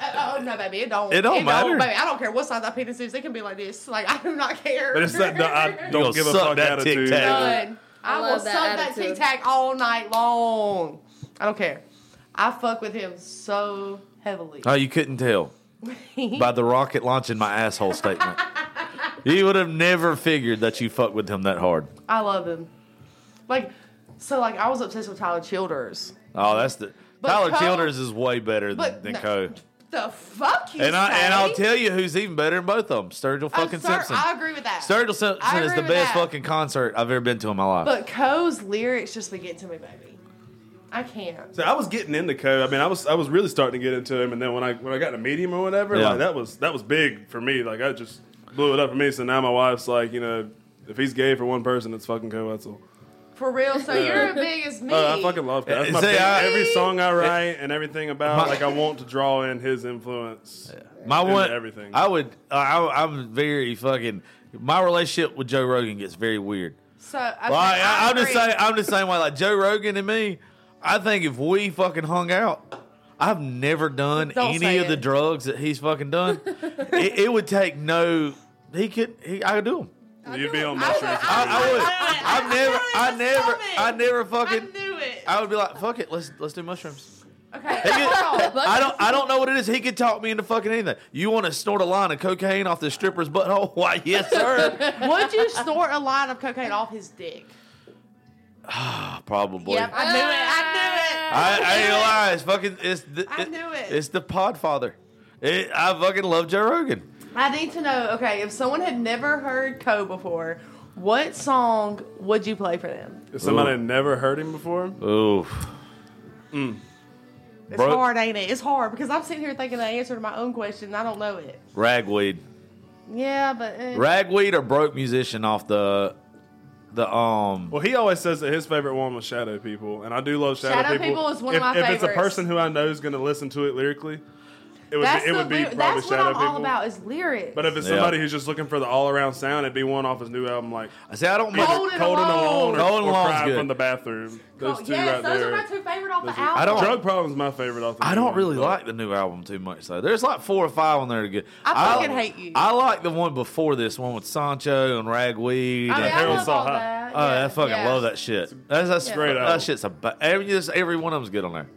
Uh, oh no, baby, it don't.
It don't matter.
baby. I don't care what size that penis is. It can be like this. Like I do not care.
But it's that the, I
gonna
don't give a
suck
fuck
that Tic
attitude.
Tac.
Done. I, will
love
suck
that
that
attitude.
tic tac all night long. I don't care. I fuck with him so heavily.
Oh, you couldn't tell by the rocket launching my asshole statement. you would have never figured that you fucked with him that hard.
I love him. Like so, like I was obsessed with Tyler Childers.
Oh, that's the
But
Tyler
Co-
Childers is way better than,
But
than
no,
Co.
the fuck you
And I and
say?
I'll tell you who's even better than both of them. Sturgill
I'm
fucking
sorry,
Simpson.
I agree with that.
Sturgill Simpson
I
is the
agree with
best
that.
fucking concert I've ever been to in my life.
But Co's lyrics just begin to me, baby. I can't.
So I was getting into Code. I mean, I was I was really starting to get into him, and then when I when I got to meet him or whatever,
Yeah.
like that was that was big for me. Like I just blew it up for me. So now my wife's like, you know, if he's gay for one person, it's fucking Code Wetzel.
For real. So you're as big as
Uh,
me.
Oh, I fucking love Code. That's my
See,
favorite-
I-
every song I write and everything about, like I want to draw in his influence.
my
into
one,
everything.
I would. I, I'm very fucking. My relationship with Joe Rogan gets very weird.
So okay,
Well, I, I, am just
agree.
saying. I'm just saying. Why, like Joe Rogan and me, I think if we fucking hung out, I've never done
Don't
any
say
of the
it.
drugs that he's fucking done. it, it would take no. He could. He, I could do them.
You'd be on
I
my
was-
show.
I, I would. I've never. I
was
never.
coming.
I never
I
fucking.
knew it.
I would be like, fuck it. Let's let's do mushrooms.
Okay.
He could-
hold on.
I don't. I don't know what it is. He could talk me into fucking anything. You want to snort a line of cocaine off the stripper's butthole? Why, yes, sir.
Would you snort a line of cocaine off his dick?
Probably.
Yep, I knew it. I
I, I ain't gonna lie, it's fucking. It's the,
I knew it.
It's the Podfather. It, I fucking love Joe Rogan.
knew it. I need to know. Okay, if someone had never heard Co before, what song would you play for them?
If somebody had never heard him before,
Ooh, Mm.
It's
Bro-
hard, ain't it? It's hard because I'm sitting here thinking the answer to my own question. and I don't know it.
ragweed,
Yeah, but eh.
ragweed, or broke musician off the the um.
Well, he always says that his favorite one was Shadow People, and I do love Shadow,
Shadow People is one of
if,
my
If it's a
favorites.
person who I know is going to listen to it lyrically, it would
that's
be, it
the
would be
ly-
probably
that's what
Shadow
I'm
People.
all about is lyrics.
But if it's
Yeah.
somebody who's just looking for the all around sound, it'd be one off his new album, like
See, I don't.
either
Mind,
Cold and
Alone or,
Alone. Cold and
or
Alone's
Cry
good.
from the Bathroom. Those two
Oh, yes,
right
those
there.
are my two favorite off the
Those are-
album.
I don't-
Drug Problem's my favorite off the
I don't
album,
really
but-
like the new album too much though. There's like four or five on there to get.
I fucking hate you.
I like the one before this one with Sancho and Ragweed.
Oh, I,
and
mean, I
Harold
love
Saw
all
High.
that.
Oh,
yeah,
I fucking
yeah.
love that shit. That's that's
a great album.
That shit's a ba- every just every one of them's good on there.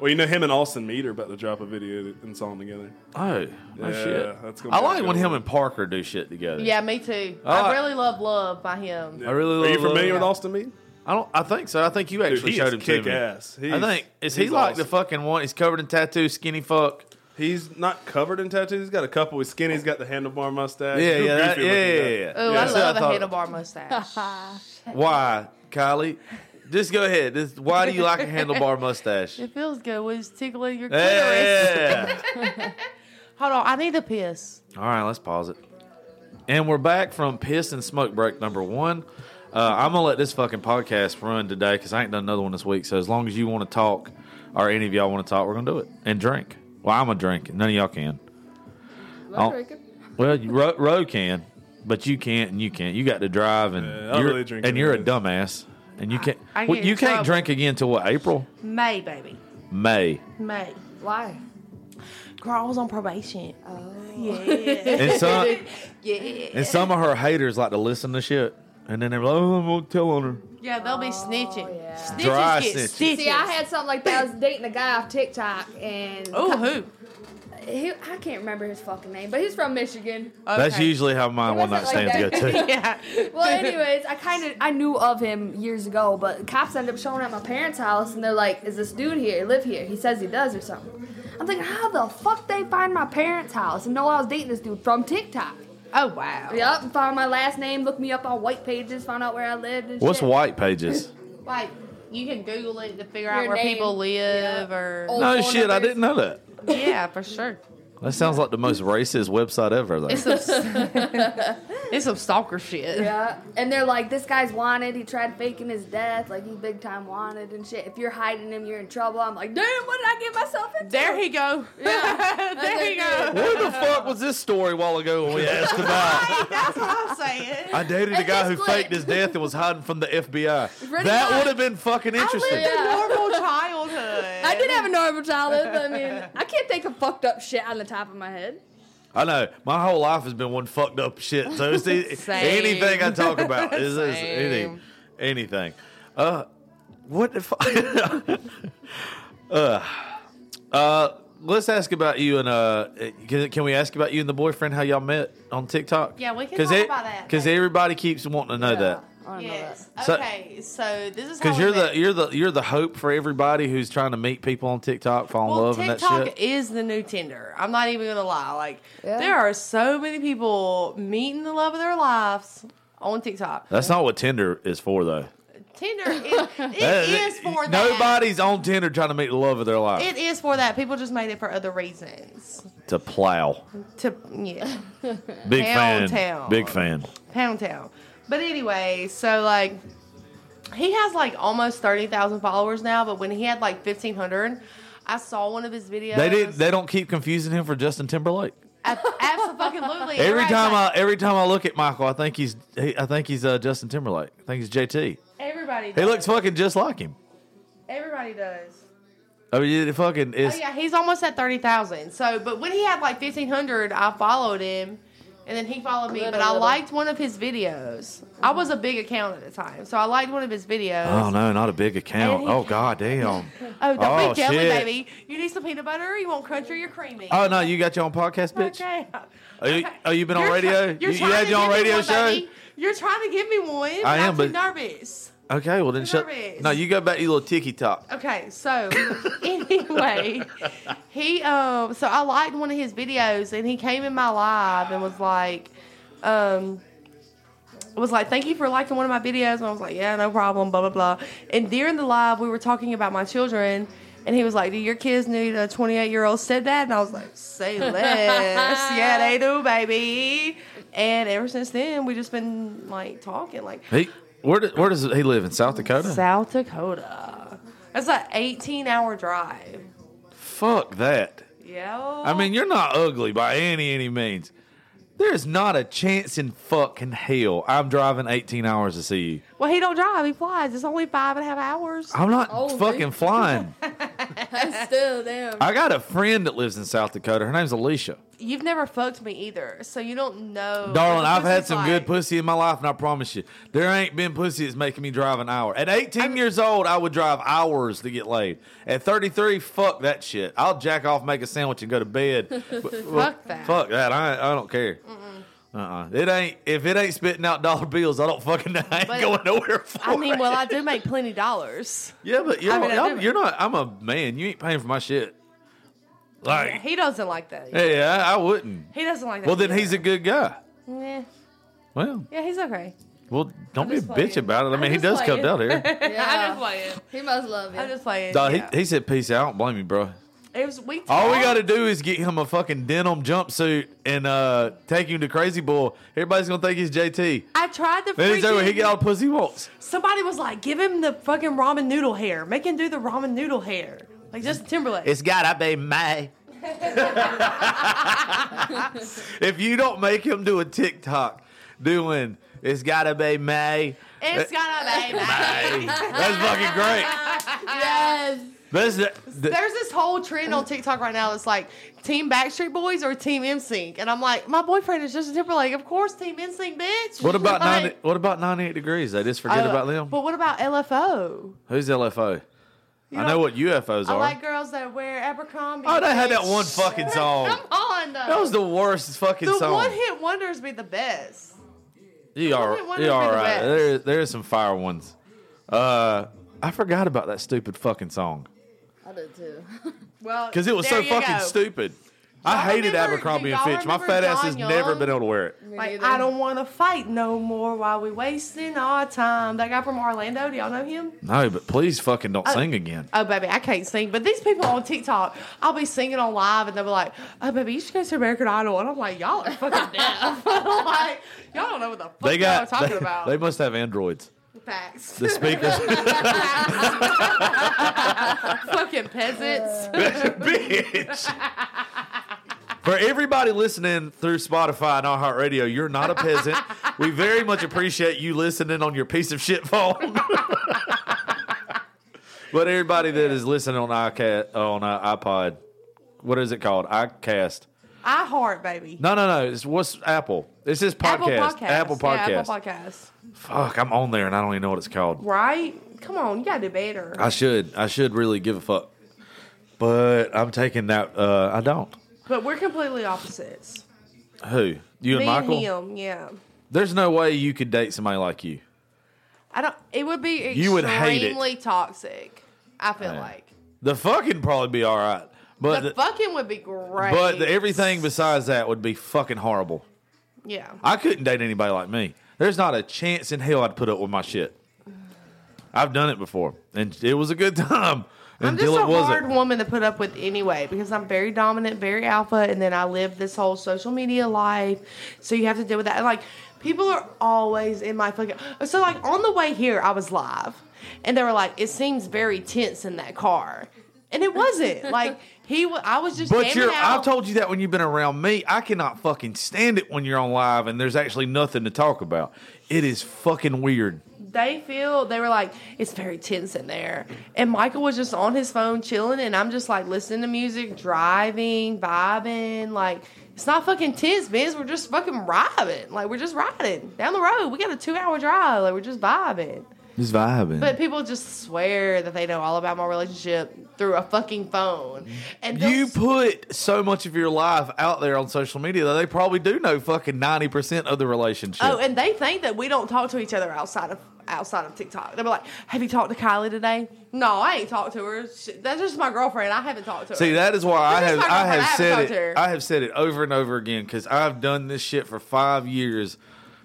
Well, you know, him and Austin Mead are about to drop a video and song together.
Oh, no
Yeah,
shit.
that's gonna
I
be a
like
good
when him
one.
and Parker do shit together.
Yeah, me too.
Uh,
Oh, I really love Love by him.
I really
Are you
love- love-
familiar with Austin Mead?
I don't. I think so. I think you
Dude,
actually
he
showed
is
him
kick
to me.
ass.
I think is he like the fucking one? He's covered in tattoos, skinny fuck.
He's not covered in tattoos. He's got a couple. He's skinny. He's got the handlebar mustache.
Yeah,
He's a
yeah, that,
goofy
yeah,
looking
yeah,
guy.
yeah.
Oh, I
That's what
love
thought.
a handlebar mustache.
Why, Kylie? Just go ahead. Just, why do you like a handlebar mustache?
it feels good when it's tickling your clitoris.
yeah.
Hold on, I need to piss.
All right, let's pause it. And we're back from piss and smoke break number one. Uh, I'm gonna let this fucking podcast run today because I ain't done another one this week. So as long as you want to talk, or any of y'all want to talk, we're gonna do it and drink. Well, I'm a drink. None of y'all can. Oh. Well, you- Ro, Ro can, but you can't, and you can't. You got to drive, and
Yeah, I
you're,
really drink
and you're a
anyways.
dumbass, and you can't.
I get
well,
in
you can't
trouble.
drink again till what? April,
May, baby.
May,
May.
Why?
Girl, I was on probation.
and some, and some of her haters like to listen to shit, and then they're like, "Oh, I'm gonna tell on her."
Yeah, they'll be snitching.
Oh, yeah.
Snitches
Dry
get
snitching.
stitches.
See, I had something like that. I was dating a guy off TikTok, and
Oh, who?
he, I can't remember his fucking name, but he's from Michigan.
Oh.
That's
Okay.
usually how my
It
one night
wasn't like
stands go
that.
too.
Yeah.
Well, anyways, I kind of I knew of him years ago, but cops ended up showing up at my parents' house, and they're like, "Is this dude here? Live here? He says he does, or something." I'm thinking, how the fuck they find my parents' house and know I was dating this dude from TikTok?
Oh, wow.
Yep, found my last name, looked me up on white pages, found out where I lived. And
What's
shit.
white pages?
Like, you can Google it to figure out
Your
where
name. Oh.
people live or.
Old
No
phone
shit, I
numbers.
didn't know that.
Yeah, for sure.
That sounds like the most racist website ever. Though.
It's some, it's some stalker shit.
Yeah, and they're like, this guy's wanted. He tried faking his death. Like he's big time wanted and shit. If you're hiding him, you're in trouble. I'm like, damn, what did I get myself into?
There he go.
Yeah.
there he go.
Where the fuck was this story a while ago when we asked about?
That's what I'm saying.
I dated a
It
guy
just
who
clicked.
faked his death and was hiding from the FBI.
Pretty
that
much.
would have been fucking interesting.
yeah.
A normal childhood.
I did have a normal childhood, but I mean, I can't think of fucked up shit on the top of my head.
I know. My whole life has been one fucked up shit. So it's e-
Same.
anything I talk about is is
Same.
anything. Anything. Uh, what the fuck? uh, uh, let's ask about you and uh, can, can we ask about you and the boyfriend how y'all met on TikTok?
Yeah, we can
Cause
talk about that.
Because everybody keeps wanting to know that.
I don't
Yes.
So-
okay. So this is how
Because
we
you're
met.
the you're the you're the hope for everybody who's trying to meet people on TikTok, fall in
well,
love, and that
TikTok
shit.
is the new Tinder. I'm not even gonna lie. Like
Yeah.
there are so many people meeting the love of their lives on TikTok.
That's not what Tinder is for, though.
Tinder is it
That-
is for that.
Uh, nobody's on Tinder trying to meet the love of their life
It is for that. People just made it for other reasons.
to plow.
To yeah,
Big fan.
Pound town.
Big fan.
pound town. But anyway, so like he has like almost thirty thousand followers now. But when he had like fifteen hundred, I saw one of his videos.
They did. They don't keep confusing him for Justin Timberlake.
Absolutely.
Every time I every time I look at Michael, I think he's he, I think he's uh, Justin Timberlake. I think he's JT.
everybody.
He
Does.
looks fucking just like him.
Everybody does.
I mean, it fucking
Oh
is.
yeah, he's almost at thirty thousand. So, but when he had like fifteen hundred, I followed him, and then he followed me.
Little,
but I
little.
liked one of his videos. I was a big account at the time, so I liked one of his videos.
Oh no, not a big account.
And he-
Oh god damn.
Oh, don't
Oh,
be jelly,
shit.
baby. You need some peanut butter. Or you want crunchy or you're creamy.
Oh no, you got your own podcast, bitch.
Okay.
Are you, oh, you been on
You're try-
radio? You,
you're
you
trying
had
to
your own
give me
radio
one,
show?
baby. You're trying to give me one. I
am,
am, but
but-
nervous.
Okay, well then shut.
nervous.
No, you go back to your little ticky top.
Okay, so anyway, he um so I liked one of his videos and he came in my live and was like um was like, Thank you for liking one of my videos and I was like, Yeah, no problem, blah blah blah. And during the live we were talking about my children and he was like, Do your kids need a twenty eight year old said that? And I was like, Say less. yeah, they do, baby. And ever since then we just been like talking like
He, where, do, where does he live in South Dakota?
South Dakota. That's an 18 hour drive.
Fuck that.
Yeah.
I mean, you're not ugly by any any means. There's not a chance in fucking hell I'm driving 18 hours to see you.
well, he don't drive. He flies. It's only five and a half hours.
I'm not
Holy.
fucking flying.
know. Still, damn.
I got a friend that lives in South Dakota. Her name's Alicia.
You've never fucked me either, so you don't know.
Darling,
what the
I've had
pussy's
some
like.
good pussy in my life, and I promise you, there ain't been pussy that's making me drive an hour. At 18 years old, I would drive hours to get laid. At 33, fuck that shit. I'll jack off, make a sandwich, and go to bed. fuck
that.
Fuck that. I, I don't care. Uh uh It ain't if it ain't spitting out dollar bills. I don't fucking I ain't
But-
going nowhere for
I mean,
it.
well, I do make plenty dollars.
yeah, but you're,
I mean, I
y'all-
do-
you're not. I'm a man. You ain't paying for my shit. Like,
He doesn't like that.
hey, I, I wouldn't.
He doesn't like that.
Well, then he's a good guy.
either. Yeah,
Well,
yeah, he's okay.
well, don't be a
just playing.
bitch about it. I mean, he
just
does come
playing.
down here.
I'm
Yeah.
just playing.
He must love
I'm
it.
just playing.
Nah,
yeah.
he, he said peace out. I don't blame you, bro.
it was we.
All we
talked.
got to do is get him a fucking denim jumpsuit and uh, take him to Crazy Bull. Everybody's gonna think he's JT.
I tried to.
Then he's over.
freaking-
He get all the pussy he wants.
Somebody was like, "Give him the fucking ramen noodle hair. Make him do the ramen noodle hair." Like Justin Timberlake.
gotta be May. if you don't make him do a TikTok doing it's gotta be May,
It's got a baby.
May. that's fucking great.
Yes.
That's the, the-
There's this whole trend on TikTok right now that's like Team Backstreet Boys or Team NSYNC, and I'm like, my boyfriend is Justin Timberlake. Of course, Team NSYNC, bitch.
what about
Like,
ninety? What about ninety-eight degrees? They just forget
uh,
about them.
But what about LFO?
Who's LFO? I know
don't-
what UFOs
I
are.
like girls that wear Abercrombie.
Oh, they had that
bitch.
one fucking song.
Come on, though.
That was the worst fucking
the
song.
one hit wonders be the best.
you are,
one hit
you
wonder's
are
been the
right.
best.
There, there is some fire ones. Uh, I forgot about that stupid fucking song
I did too.
Well,
because it was so
there you
fucking
go.
stupid. I hated
remember-
Abercrombie
do
and
y'all
Fitch. My
remember
fat ass
Don
has never
Young?
been able to wear it.
Like
neither.
I don't want to fight no more. While we wasting our time. That guy from Orlando. Do y'all know him?
No, but please fucking don't sing again.
Oh baby, I can't sing. But these people on TikTok, I'll be singing on live, and they'll be like, "Oh baby, you should go to American Idol," and I'm like, "Y'all are fucking deaf. like, y'all don't know what the fuck
They got.
y'all are talking
They,
about."
they must have androids.
Facts.
The speakers.
fucking peasants.
bitch. For everybody listening through Spotify and iHeartRadio, you're not a peasant. we very much appreciate you listening on your piece of shit phone. but everybody that is listening on iCast, on uh, iPod, what is it called? iCast.
I heart baby.
No, no, no. It's what's Apple. It's this podcast.
Apple
Apple
Podcast. Yeah,
Podcast.
Apple Podcast.
Fuck, I'm on there and I don't even know what it's called.
Right? Come on, you gotta do better.
I should. I should really give a fuck. But I'm taking that. Uh, I don't.
But we're completely opposites.
Who? You and
Me
Michael?
and him, yeah.
There's no way you could date somebody like you.
I don't. It would be extremely
You would hate it.
toxic. I feel
Yeah.
like
The fucking probably be all right, but
the, fucking would be great.
but the, everything besides that would be fucking horrible.
yeah.
I couldn't date anybody like me. There's not a chance in hell I'd put up with my shit. I've done it before, and it was a good time
I'm just
until
a
it wasn't.
hard woman to put up with anyway because I'm very dominant, very alpha, and then I live this whole social media life. So you have to deal with that. And, Like people are always in my fucking. So like on the way here, I was live, and they were like, "It seems very tense in that car," and it wasn't. like he, wa- I was just.
But
jamming
you're,
out.
I've told you that when you've been around me, I cannot fucking stand it when you're on live and there's actually nothing to talk about. It is fucking weird.
they feel they were like it's very tense in there and michael was just on his phone chilling and i'm just like listening to music driving vibing like it's not fucking tense biz we're just fucking vibing like we're just riding down the road we got a two hour drive like we're just vibing
Just vibing.
but people just swear that they know all about my relationship through a fucking phone and they'll
you
s-
put so much of your life out there on social media that they probably do know fucking 90% of the relationship.
Oh, and they think that we don't talk to each other outside of outside of TikTok. They'll be like, "Have you talked to Kylie today?" No, I ain't talked to her. She, that's just my girlfriend. I haven't talked to her.
See, that is why I
This
have
is my
I
girlfriend.
have
I
said
haven't
it
talked to her.
I have said it over and over again because I've done this shit for five years,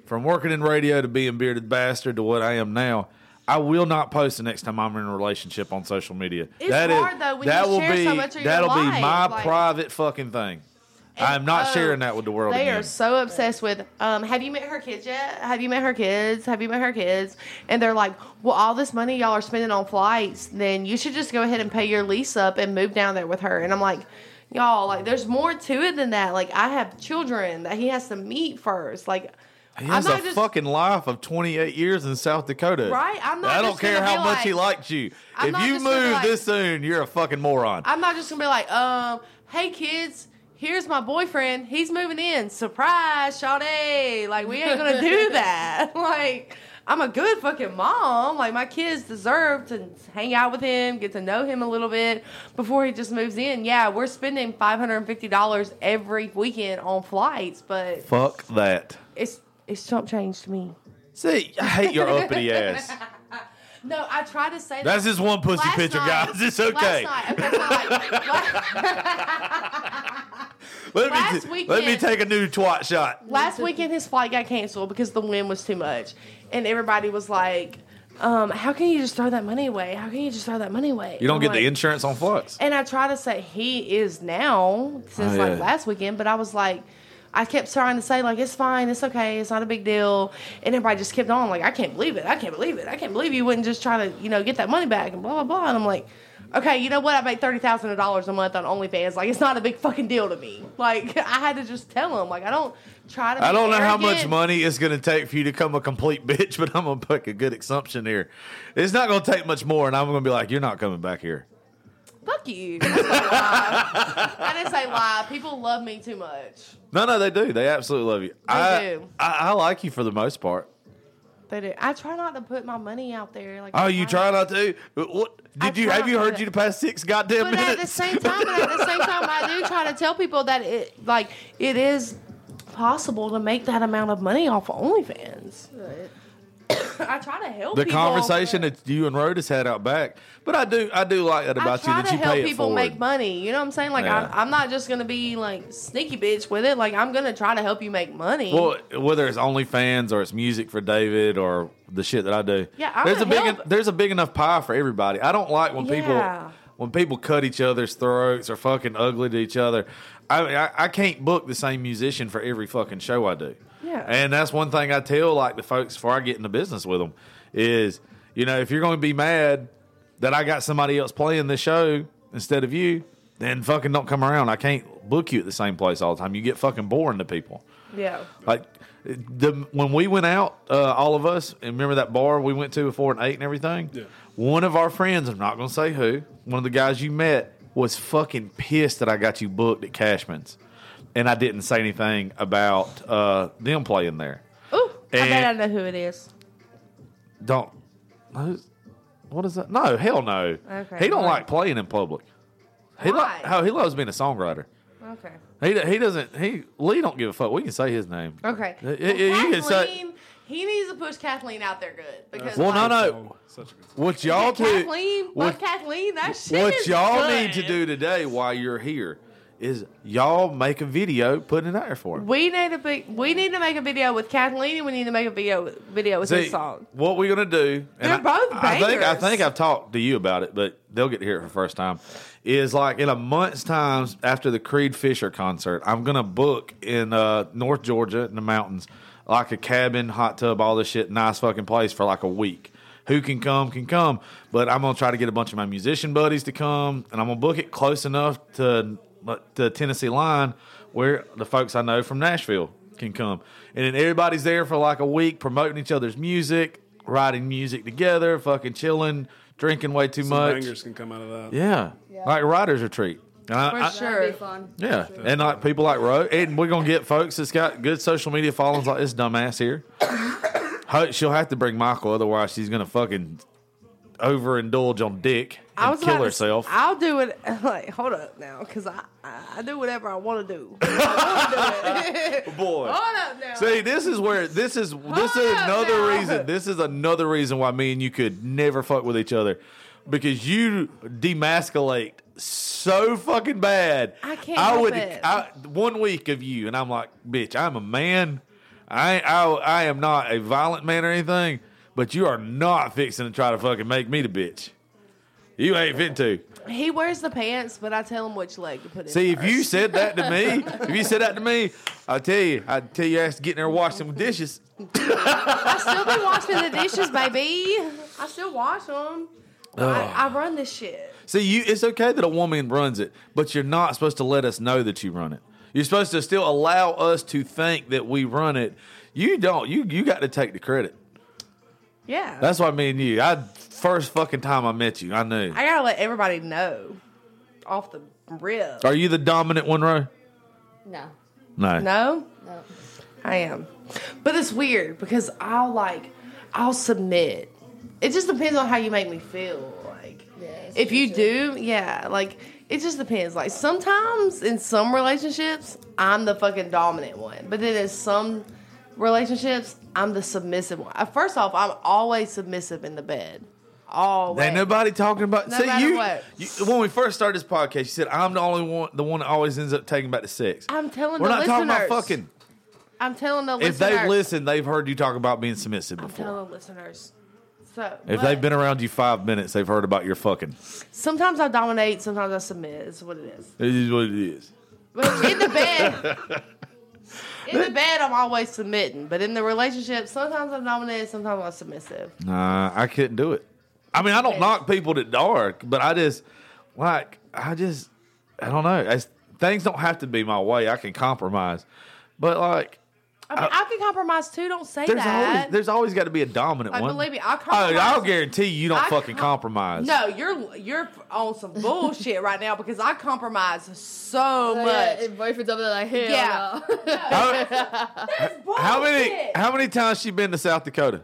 from working in radio to being bearded bastard to what I am now. I will not post the next time I'm in a relationship on social media.
It's hard, though, when you share so much of your
that'll be
life,
my
like-
private fucking thing. I'm not
oh,
sharing that with the world.
They
again.
are so obsessed with, um, have you met her kids yet? Have you met her kids? Have you met her kids? And they're like, well, all this money y'all are spending on flights, then you should just go ahead and pay your lease up and move down there with her. And I'm like, y'all, like, there's more to it than that. Like, I have children that he has to meet first. Like,
He has
I'm
a
not just.
fucking life of 28 years in South Dakota.
Right? I'm not
I don't
just
care
gonna
how
be
much he
like-
liked you.
I'm
if
not
you
just gonna be
move
like-
this soon, you're a fucking moron.
I'm not just gonna be like, um, hey kids, here's my boyfriend. He's moving in. Surprise, Sade. Like we ain't gonna do that. Like I'm a good fucking mom. Like my kids deserve to hang out with him, get to know him a little bit before he just moves in. Yeah, we're spending five hundred and fifty dollars every weekend on flights, but
Fuck that.
it's it's chump change to me.
See, I hate your uppity ass.
No, I try to say
That's
that.
just one pussy
Last
picture,
night-
guys. It's okay.
Last night, okay, so like, last-
let,
last
me let me
weekend-
take a new twat shot.
Last weekend, his flight got canceled because the wind was too much, and everybody was like, um, "How can you just throw that money away? How can you just throw that money away?"
You don't
I'm
get the
like-
insurance on Flux.
And I try to say he is now since
Oh,
like
yeah.
last weekend, but I was like, I kept trying to say like it's fine, it's okay, it's not a big deal, and everybody just kept on like I can't believe it, I can't believe it, I can't believe you wouldn't just try to you know get that money back and blah blah blah, and I'm like. Okay, you know what? I make thirty thousand dollars a month on OnlyFans. Like, it's not a big fucking deal to me. Like, I had to just tell him. Like, I don't try to.
I
be
don't know how much
arrogant.
money it's going to take for you to become a complete bitch, but I'm going to pick a good assumption here. It's not going to take much more, and I'm going to be like, you're not coming back here.
Fuck you. I didn't say lie. I didn't say lie. People love me too much.
No, no, they do. They absolutely love you. I,
do.
I, I like you for the most part.
They do. I try not to put my money out there. Like,
Oh,
I
you
try
try not to? What
I
did you
try
have
not
you
to do
heard
that.
you the past six goddamn
But
minutes?
at the same time, but at the same time, I do try to tell people that it like it is possible to make that amount of money off of OnlyFans. I try to help
the
people.
conversation that you and Rhodes had out back. But I do, I do like that
I
about you
try
that
to
you
help
pay it
people
forward.
make money. You know what I'm saying? Like
Yeah.
I'm, I'm not just gonna be like sneaky bitch with it. Like I'm gonna try to help you make money.
Well, whether it's OnlyFans or it's music for David or the shit that I do,
Yeah, I'm
there's
a
a big
help.
there's a big enough pie for everybody. I don't like when
Yeah.
people when people cut each other's throats or fucking ugly to each other. I, I I can't book the same musician for every fucking show I do.
Yeah.
and that's one thing I tell like the folks before I get into business with them is you know if you're going to be mad that I got somebody else playing this show instead of you, then fucking don't come around. I can't book you at the same place all the time. You get fucking boring to people.
yeah.
Like the when we went out, uh, all of us, and remember that bar we went to before and ate and everything.
Yeah.
One of our friends, I'm not gonna say who, one of the guys you met was fucking pissed that I got you booked at Cashman's, and I didn't say anything about uh, them playing there.
Ooh, I bet I
And-
know who it is.
Don't. who's- What is that? No, hell no.
Okay.
He don't like playing in public. He lo-
Why?
how he loves being a songwriter.
Okay.
He, he doesn't. He Lee don't give a fuck. We can say his name.
Okay.
Uh, yeah, yeah, you can say-
Kathleen, he needs to push Kathleen out there good because
Well, no,
like,
no.
Such a good
What y'all do?
Kathleen,
what-
love Kathleen. That shit.
What
is
y'all
good.
need to do today while you're here is y'all make a video putting it out there for him.
We need to be, we need to make a video with Kathleen, and we need to make a video with, video with his song.
what we're gonna do? and
They're
I-
both
I think I
bangers.
think I've talked to you about it, but they'll get to hear it for the first time. Is like in a month's time after the Creed Fisher concert, I'm gonna book in uh, North Georgia in the mountains, like a cabin, hot tub, all this shit, nice fucking place for like a week. Who can come can come, but I'm gonna try to get a bunch of my musician buddies to come, and I'm gonna book it close enough to the Tennessee line where the folks I know from Nashville can come, and then everybody's there for like a week promoting each other's music, writing music together, fucking chilling, drinking way too
Some
much.
bangers can come out of that.
Yeah. like writers retreat. And I- I-
That'd be fun.
yeah, and like people like Ro, and we're gonna get folks that's got good social media followings like this dumbass here. Ho- She'll have to bring Michael, otherwise she's gonna fucking overindulge on dick and
I was
kill
about to-
herself.
I'll do it. Like, hold up now, because I, I I do whatever I want to do. I wanna do it.
Boy,
hold up now.
see, this is where this is this
Hold
is
up
another
now.
reason. This is another reason why me and you could never fuck with each other because you demasculate so fucking bad.
I can't
I
help
would.
it.
I, one week of you, and I'm like, bitch, I'm a man. I, I I am not a violent man or anything, but you are not fixing to try to fucking make me the bitch. You ain't fit to.
he wears the pants, but I tell him which leg to put in.
See, if you said that to me, if you said that to me, I tell you, I tell you, I have to get in there and wash some dishes.
I still be washing the dishes, baby. I still wash them. I, I run this shit.
See, you it's okay that a woman runs it, but you're not supposed to let us know that you run it. You're supposed to still allow us to think that we run it. You don't. You you got to take the credit.
Yeah,
That's why me and you. I first fucking time I met you, I knew.
I gotta let everybody know off the rip.
Are you the dominant one, Row?
No.
No.
No,
No.
I am. But it's weird because I'll like I'll submit. It just depends on how you make me feel. Like
it's
if you do, yeah, like it just depends. Like sometimes in some relationships, I'm the fucking dominant one. But then in some relationships, I'm the submissive one. Uh, First off, I'm always submissive in the bed. Always.
Ain't nobody talking about.
No
see,
matter
you,
what.
you. When we first started this podcast, you said I'm the only one, the one that always ends up taking back the sex.
I'm telling
We're
the
not talking about
listeners.
fucking.
I'm telling the
If
listeners.
they've listened, they've heard you talk about being submissive
I'm
before.
telling the listeners. So
If
but-
they've been around you five minutes, they've heard about your fucking.
Sometimes I dominate, sometimes I submit. It's what it is.
This is what it is.
But in the bed, in the bed, I'm always submitting. But in the relationship, sometimes I'm dominant, sometimes I'm submissive.
Nah, I couldn't do it. I mean, I don't knock people that are, but I just like I just I don't know. It's, things don't have to be my way. I can compromise, but like
I mean, I, can compromise too. Don't say
there's
that.
always there's always got to be a dominant
Like,
one.
believe me, I
Oh, I'll
compromise-
guarantee you don't
I
fucking
com-
compromise.
no, you're you're on some bullshit right now because I compromise so
Like,
much.
Oh, yeah, if boyfriend's over there like, hell
Yeah.
no.
How, how many how many times she been to South Dakota?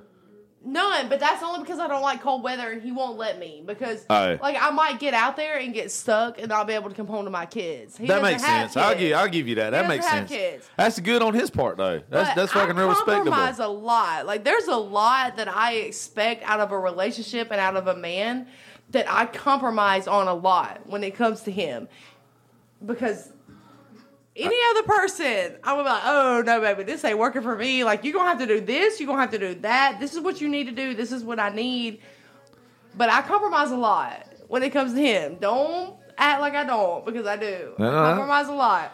None, but that's only because I don't like cold weather and he won't let me because
Oh.
like I might get out there and get stuck and not be able to come home to my kids. He
that
doesn't
makes
have
sense. I'll
kids.
give I'll give you that. That
doesn't
makes
have
sense.
kids.
That's good on his part though. That's
But
that's fucking
I
real
compromise
respectable.
a lot. Like there's a lot that I expect out of a relationship and out of a man that I compromise on a lot when it comes to him because. Any other person, I would be like, oh no, baby, this ain't working for me. Like, you're gonna have to do this, you're gonna have to do that. This is what you need to do, this is what I need. But I compromise a lot when it comes to him. Don't act like I don't, because I do. I
Uh-huh.
compromise a lot.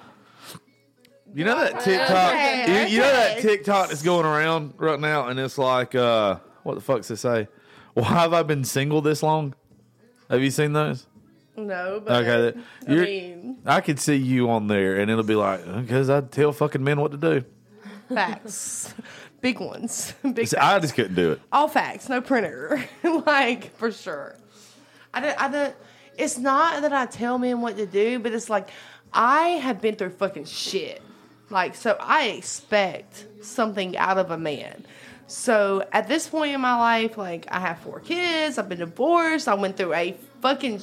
You know that TikTok
Okay,
you, you know that
okay.
TikTok that's going around right now and it's like uh what the fuck's it say? Why have I been single this long? Have you seen those?
No, but
Okay,
I
that, you're, I,
mean,
could see you on there, and it'll be like because I tell fucking men what to do.
facts. Big ones. Big
See, I just couldn't do it.
all facts, no printer. like for sure. I don't, I don't, it's not that I tell men what to do, but it's like I have been through fucking shit. Like so I expect something out of a man. So at this point in my life, like I have four kids, I've been divorced, I went through a fucking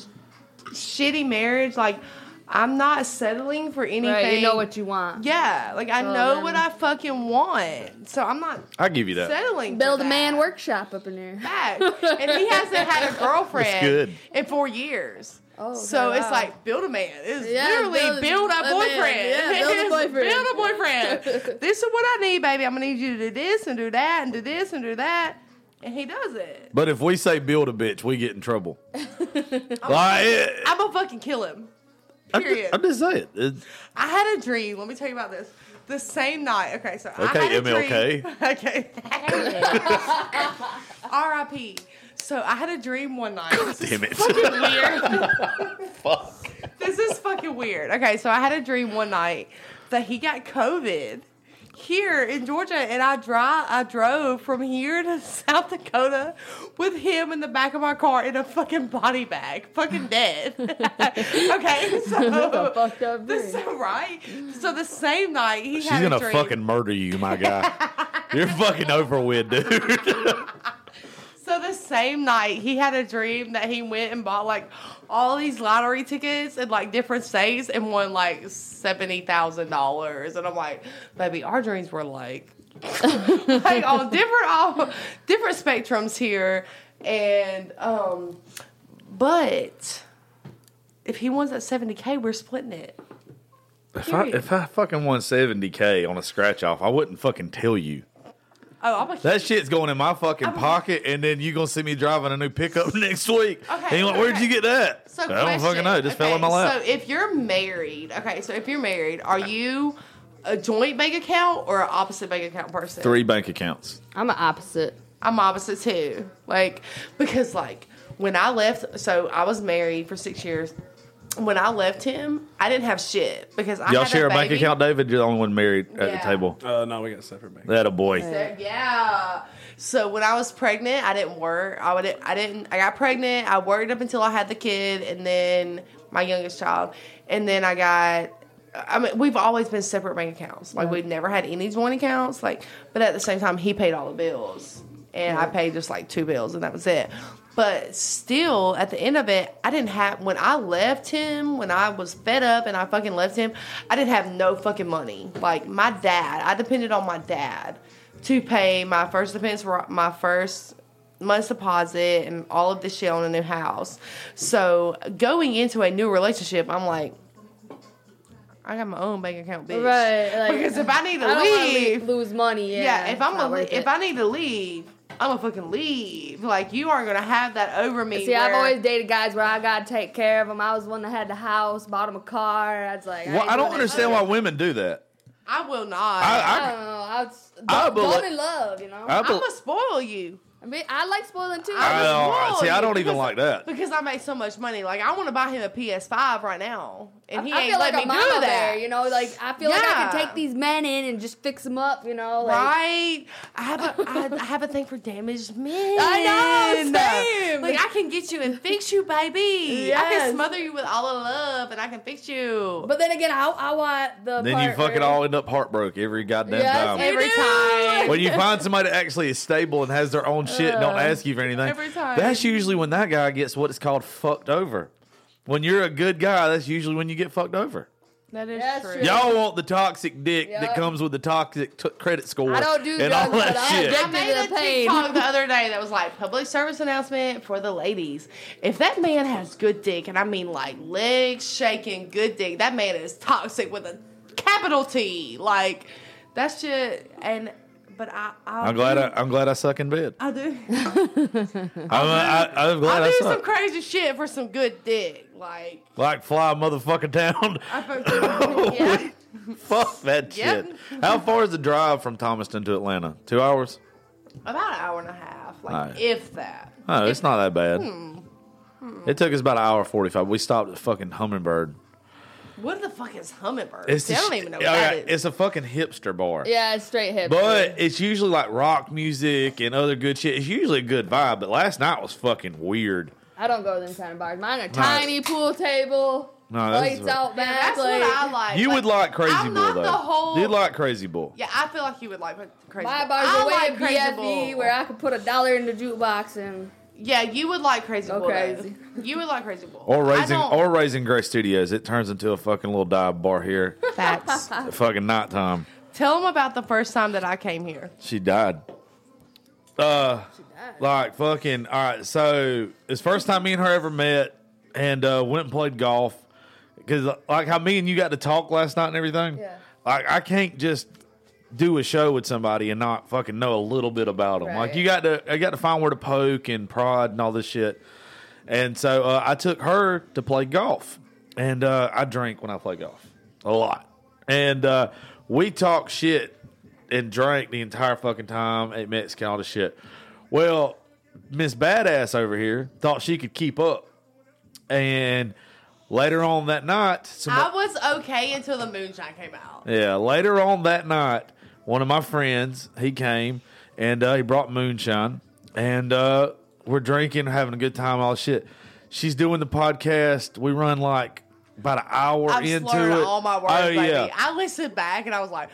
shitty marriage like I'm not settling for anything.
Right, you know what you want.
Yeah, like I
So
know
then-
what I fucking want. So I'm not
I give you that.
settling. for
Build a
that
man workshop up in there.
back. and he hasn't had a girlfriend
That's good.
in four years.
Oh,
so
okay,
it's
wow.
like build a man. It's
Yeah,
literally build,
build-
a
a man.
boyfriend.
Yeah, build a
It's
boyfriend.
build a boyfriend. this is what I need, baby. I'm gonna need you to do this and do that and do this and do that. And he does it.
But if we say build a bitch, we get in trouble. like, it-
I'm gonna fucking kill him.
I'm, just,
Period.
I'm just saying. It's-
I had a dream. Let me tell you about this. The same night. Okay, so I
Okay,
had a
MLK.
Dream. Okay. R.I.P. So I had a dream one night. This
damn it.
is weird. This is fucking weird. Okay, so I had a dream one night that he got COVID here in Georgia, and I drive, I drove from here to South Dakota with him in the back of my car in a fucking body bag, fucking dead. okay, so
a fucked up
this
dream.
right. So the same night he
She's
had a
gonna
dream.
fucking murder you, my guy. You're fucking over with, dude.
So the same night, he had a dream that he went and bought like all these lottery tickets in like different states and won like seventy thousand dollars. And I'm like, baby, our dreams were like, like on different all different spectrums here. And um, but if he wins that seventy k, we're splitting it.
If I, if I fucking won 70k on a scratch off, I wouldn't fucking tell you.
Oh, I'm a
That shit's going in my fucking pocket, and then you gonna see me driving a new pickup next week.
Okay,
and you're like, where'd
okay.
you get that?
So
I don't
question.
fucking know. It Just fell in my
Okay,
lap.
So if you're married, okay, so if you're married, are you a joint bank account or an opposite bank account person?
Three bank accounts.
I'm an opposite.
I'm opposite too. Like because like when I left, so I was married for six years. When I left him, I didn't have shit because I
Y'all
had
share a bank
baby.
account, David. You're the only one married at
Yeah.
the table.
Uh, no, we got separate banks.
That a boy.
So, yeah. So when I was pregnant, I didn't work. I would I didn't I got pregnant. I worked up until I had the kid and then my youngest child. And then I got I mean, we've always been separate bank accounts. Like we've never had any joint accounts. Like, but at the same time, he paid all the bills, and I paid just like two bills, and that was it. But still, at the end of it, I didn't have. When I left him, when I was fed up and I fucking left him, I didn't have no fucking money. Like my dad, I depended on my dad to pay my first defense, my first month's deposit, and all of this shit on a new house. So going into a new relationship, I'm like, I got my own bank account, bitch.
Right. Like,
Because if I need to
I don't wanna
leave,
le- lose money. Yeah.
yeah, if
it's
I'm
not
gonna,
worth
if
it.
I need to leave, I'm gonna fucking leave. Like you aren't gonna have that over me.
See, I've
where-
always dated guys where I gotta take care of them. I was the one that had the house, bought him a car. I was like,
Well,
ain't
I don't
doing that.
understand why women do that.
I will not.
I,
I,
I don't
I,
know. I was
I
fall
believe-
in love, you know.
I,
I,
be-
am gonna spoil you.
mean, I like spoiling too.
I
I'ma
don't-
spoil
see, I
you
don't even
because-
like that.
because I make so much money. Like I want to buy him a PS5 right now,
I,
and he
I
ain't
feel like
let
a
me
mama
do that.
bear, you know. Like I feel like I
Yeah.
can take these men in and just fix them up, you know. Like,
Right, I have a I, I have a thing for damaged men.
I know, same.
Like I can get you and fix you, baby. I
Yes.
can smother you with all of love, and I can fix you.
But then again, I, I want the.
Then
part
you fucking
where-
all end up heartbroken every goddamn
Yes,
time.
every
do.
time.
when you find somebody that actually is stable and has their own shit and don't
Uh,
ask you for anything,
every time.
that's usually when that guy gets what is called fucked over. When you're a good guy, that's usually when you get fucked over.
that is
That's
true.
true.
Y'all want the toxic dick
Yeah.
that comes with the toxic t- credit score.
I don't do
and
drugs,
all that
but I
shit.
have
I made
Into the
a
pain.
TikTok the other day that was like public service announcement for the ladies. If that man has good dick, and I mean like legs shaking, good dick, that man is toxic with a capital T. Like that's shit. And but I, I'll
I'm glad I, I'm glad I suck in bed.
I do.
I'm, I, I'm glad
I
I,
do some
suck.
crazy shit for some good dick. Like
like fly motherfucking town.
I fucking- yeah.
Fuck that
Yep.
shit. How far is the drive from Thomaston to Atlanta? Two hours?
about an hour and a half, like
Alright.
if that.
Oh, it's not that bad.
Hmm.
It took us about an hour forty five. We stopped at fucking Hummingbird.
What the fuck is hummingbird?
It's
See, I
the
don't
sh-
even know what that
okay, It's
is.
a fucking hipster bar.
Yeah, it's straight hip.
But it's usually like rock music and other good shit. It's usually a good vibe, but last night was fucking weird.
I don't go to them kind of bars. Mine are tiny pool table,
No, this is
lights
a-
out back.
That's
like,
what I like.
You would like Crazy
I'm
Bull
not
though.
the whole-
You'd like Crazy Bull.
Yeah, I feel like you would like Crazy
My
Bull.
bar's
I
away
like
at
Crazy
BFB
Bull.
E, where I could put a dollar in the jukebox and
Yeah, you would like Crazy
Go
Bull. though.
crazy.
You would like Crazy Bull.
Or raising
I don't-
or raising Gray Studios. It turns into a fucking little dive bar here.
facts.
at fucking nighttime.
Tell them about the first time that I came here.
She died. Uh, like fucking. All right, so it's first time me and her ever met, and uh, went and played golf. Because like how me and you got to talk last night and everything.
Yeah.
Like I can't just do a show with somebody and not fucking know a little bit about them. Like
Right.
you got to, I got to find where to poke and prod and all this shit. And so uh, I took her to play golf, and uh, I drink when I play golf a lot. And uh, we talked shit and drank the entire fucking time at Mexican all this shit. Well, Miss Badass over here thought she could keep up, and later on that night, some
I was okay until the moonshine came out.
yeah, later on that night, one of my friends he came and uh, he brought moonshine, and uh, we're drinking, having a good time, all shit. She's doing the podcast. We run like about an hour
I'm
into
slurring
it.
all my words,
oh
baby.
yeah.
I listened back and I was like,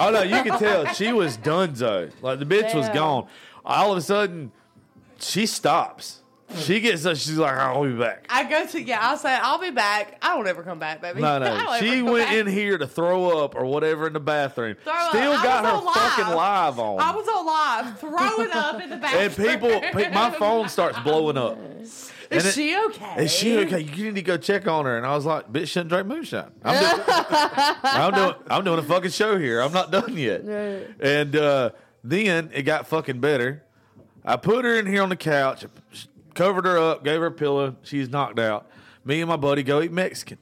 Oh no, you could tell she was donezo. Like the bitch was
Damn.
gone. All of a sudden, she stops. She gets up. She's like, "I'll be back."
I go to yeah. I'll say I'll be back. I don't ever come back, baby.
No,
I
no.
don't ever
She
come
went
back.
in here to throw up or whatever in the bathroom.
Throw up.
Still
I
got her
was on live.
fucking live on.
I was alive, throwing up in the
and
bathroom.
people, pe- my phone starts blowing up.
is
and it-
she okay?
Is she okay? You need to go check on her. And I was like, bitch, shouldn't drink moonshine. I'm doing, I'm doing, I'm doing a fucking show here. I'm not done yet. And uh, then it got fucking better. I put her in here on the couch, covered her up, gave her a pillow. She's knocked out. Me and my buddy go eat Mexican.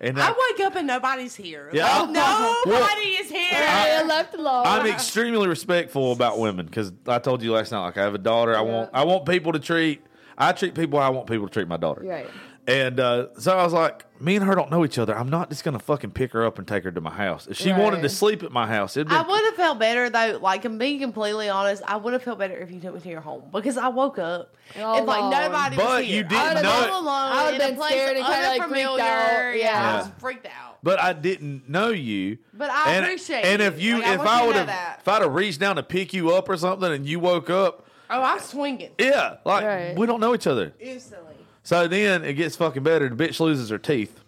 And I,
I wake up and nobody's here.
Yeah,
Like,
I-
nobody
Well,
is here.
I left alone.
I'm extremely respectful about women because I told you last night, like I have a daughter. I want I want people to treat. I treat people. how I want people to treat my daughter.
Right.
And uh, so I was like, me and her don't know each other. I'm not just gonna fucking pick her up and take her to my house. If she wanted to
Right.
sleep at my house, it'd be.
I would have felt better though. Like I'm being completely honest, I would have felt better if you took me to your home because I woke up
All
and like
alone.
nobody
But
was here.
you didn't
I would've been
know it.
all alone.
Oh, I would've
in a
been
place
scared and kinda, like, freaked
unfamiliar.
out.
Yeah, I
Yeah.
was freaked out.
but I didn't know you.
But I
and,
appreciate
And if
you.
you,
Like, I
if
want you
I
to
would
know
have,
that.
if I'd have reached down to pick you up or something, and you woke up,
Oh, I'm swinging
yeah, like
Right.
we don't know each other.
instantly.
So then it gets fucking better. The bitch loses her teeth.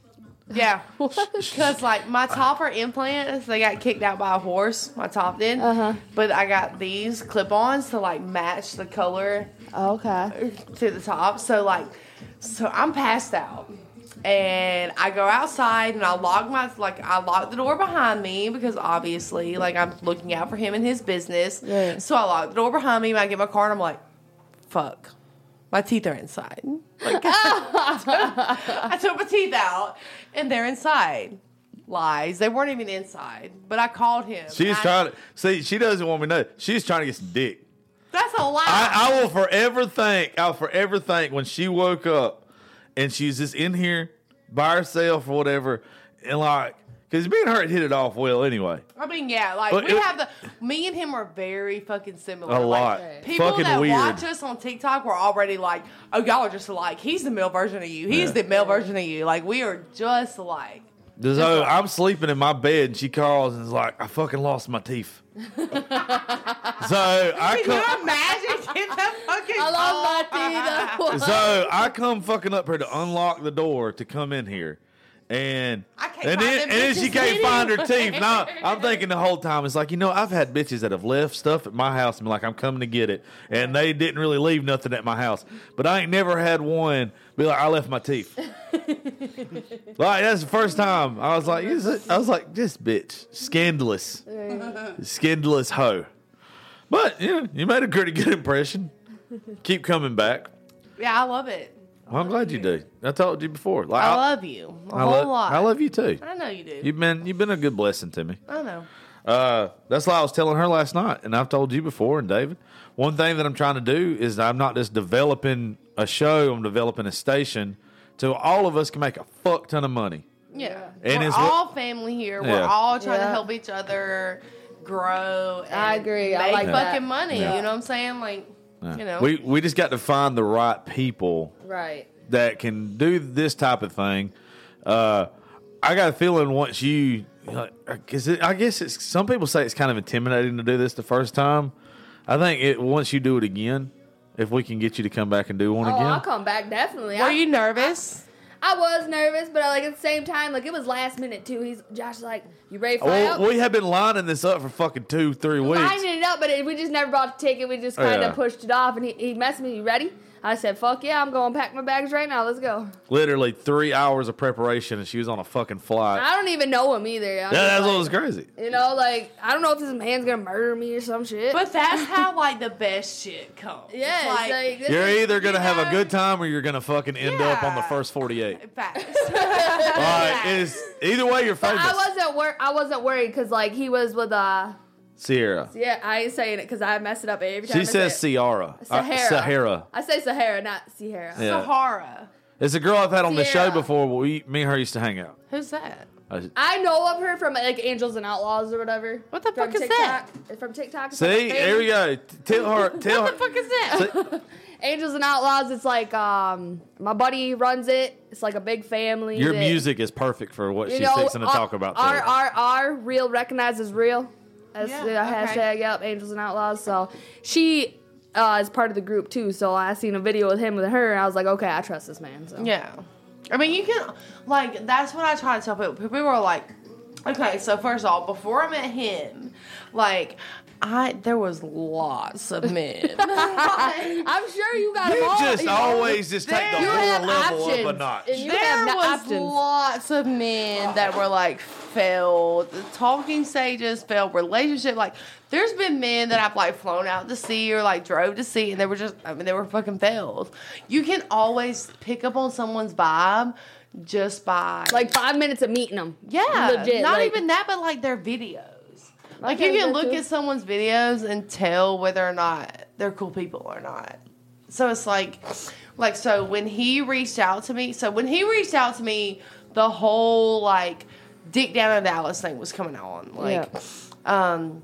Yeah, because like my topper implants, they got kicked out by a horse. My top did, uh-huh. but I got these clip-ons to like match the color
okay.
to the top. So like, so I'm passed out, and I go outside and I lock my like I lock the door behind me because obviously like I'm looking out for him and his business.
Yeah.
So I lock the door behind me. and I get my car and I'm like, fuck, my teeth are inside. Like, I took my teeth out and they're inside. Lies. They weren't even inside. But I called him.
She's
I-
trying to see. She doesn't want me to know. She's trying to get some dick.
That's a lie.
I, I will forever think. I'll forever think when she woke up and she's just in here. by herself or whatever, and like because me and her hit it off well anyway.
I mean, yeah, like
But
we
it-
have the me and him are very fucking similar.
A
Like,
lot.
People
Fucking
that
weird.
watch us on TikTok were already like, "Oh, y'all are just alike. He's the male version of you. He's
Yeah.
the male version of you. Like we are just alike."
So I'm sleeping in my bed, and she calls and is like, "I fucking lost my teeth." so I
Can
come.
you imagine getting that fucking?
I love my Tito.
So I come fucking up here to unlock the door to come in here. And
I can't
and
find
then,
them
and then she
bitches
can't
hidden.
find her teeth. And I, I'm thinking the whole time it's like you know I've had bitches that have left stuff at my house and be like I'm coming to get it, and they didn't really leave nothing at my house. But I ain't never had one be like I left my teeth. like that's the first time I was like "Is it-" I was like this bitch scandalous, scandalous hoe. But yeah, you made a pretty good impression. Keep coming back.
yeah, I love it.
Well, I'm glad you do. I told you before. Like,
I love you a
I
whole
love-
lot.
I love you too.
I know you do.
You've been you've been a good blessing to me.
I know.
Uh, that's why I was telling her last night, and I've told you before, and David. One thing that I'm trying to do is I'm not just developing a show. I'm developing a station, so all of us can make a fuck ton of money.
Yeah,
And
we're
it's what-
all family here. We're
Yeah.
all trying to
Yeah.
help each other grow. And
I agree.
Make
I like
fucking
that.
money. You know what I'm saying? Like, you know,
We we just got to find the right people
Right.
that can do this type of thing. Uh, I got a feeling once you, because it, I guess it's some people say it's kind of intimidating to do this the first time. I think it once you do it again, if we can get you to come back and do one
Oh, I'll
again,
come back definitely.
were
I,
you nervous?
I was nervous, but like at the same time, like it was last minute too. He's Josh was like, "You ready for
well,
out?"
we have been lining this up for fucking two, three weeks.
Lining it up, but it, we just never brought the ticket. We just kind of
Oh, Yeah.
pushed it off, and he, he messaged me, "You ready?" I said, "Fuck yeah, I'm going to pack my bags right now. Let's go."
Literally three hours of preparation, and she was on a fucking flight.
I don't even know him either. I'm
yeah,
just
that's
like,
what was crazy.
You know, like I don't know if this man's gonna murder me or some shit.
But that's how like the best shit comes. It's
yeah, it's like, this
You're
is-
either gonna
you
have a
know-
good time or you're gonna fucking end up on the
Yeah.
first forty-eight.
facts.
All right, it's either way you're famous.
I wasn't wor- I wasn't worried because like he was with uh
Sierra.
yeah I ain't saying it because I mess it up every time. I
She says
say it.
Ciara. Uh,
Sahara.
Sahara.
I say Sahara, not Sierra.
Yeah.
Sahara.
It's a girl I've had on the show
Sierra.
before, but we, me and her used to hang out. Uh,
Who's that?
I-
I know of her from like Angels and Outlaws or whatever.
What the
from
fuck is
TikTok.
that?
From TikTok. It's like a
see, there we go.
family-
T- Tell her. Tell
What
her.
the fuck is that?
Angels and Outlaws. It's like um my buddy runs it. It's like a big family.
Your
that-
music is perfect for what
You
she's
know, uh,
fixing to talk about.
R
today.
R R real recognizes real. That's
Yeah,
the
okay.
hashtag. Yep, Angels and Outlaws. So she uh, is part of the group too. So I seen a video with him with her, and I was like, okay, I trust this man. So
Yeah. I mean, you can, like, that's what I try to tell people. People are like, okay, so first of all, before I met him, like, I, there was lots of men.
I'm sure you got them
You
all.
just
you know?
always just take the
You
whole
have
level
options.
up a notch.
And you-
there
have no
was
options.
lots of men that were like failed talking stages, failed relationship. Like there's been men that I've like flown out to see or like drove to see, and they were just I mean they were fucking failed. You can always pick up on someone's vibe just by
like five minutes of meeting them.
yeah,
legit.
not
like-
even that, but like their videos. Like
Okay,
you can
that
look
too.
at someone's videos and tell whether or not they're cool people or not. So it's like, like so when he reached out to me, so when he reached out to me, the whole like Dick Down in Dallas thing was coming on, like, um,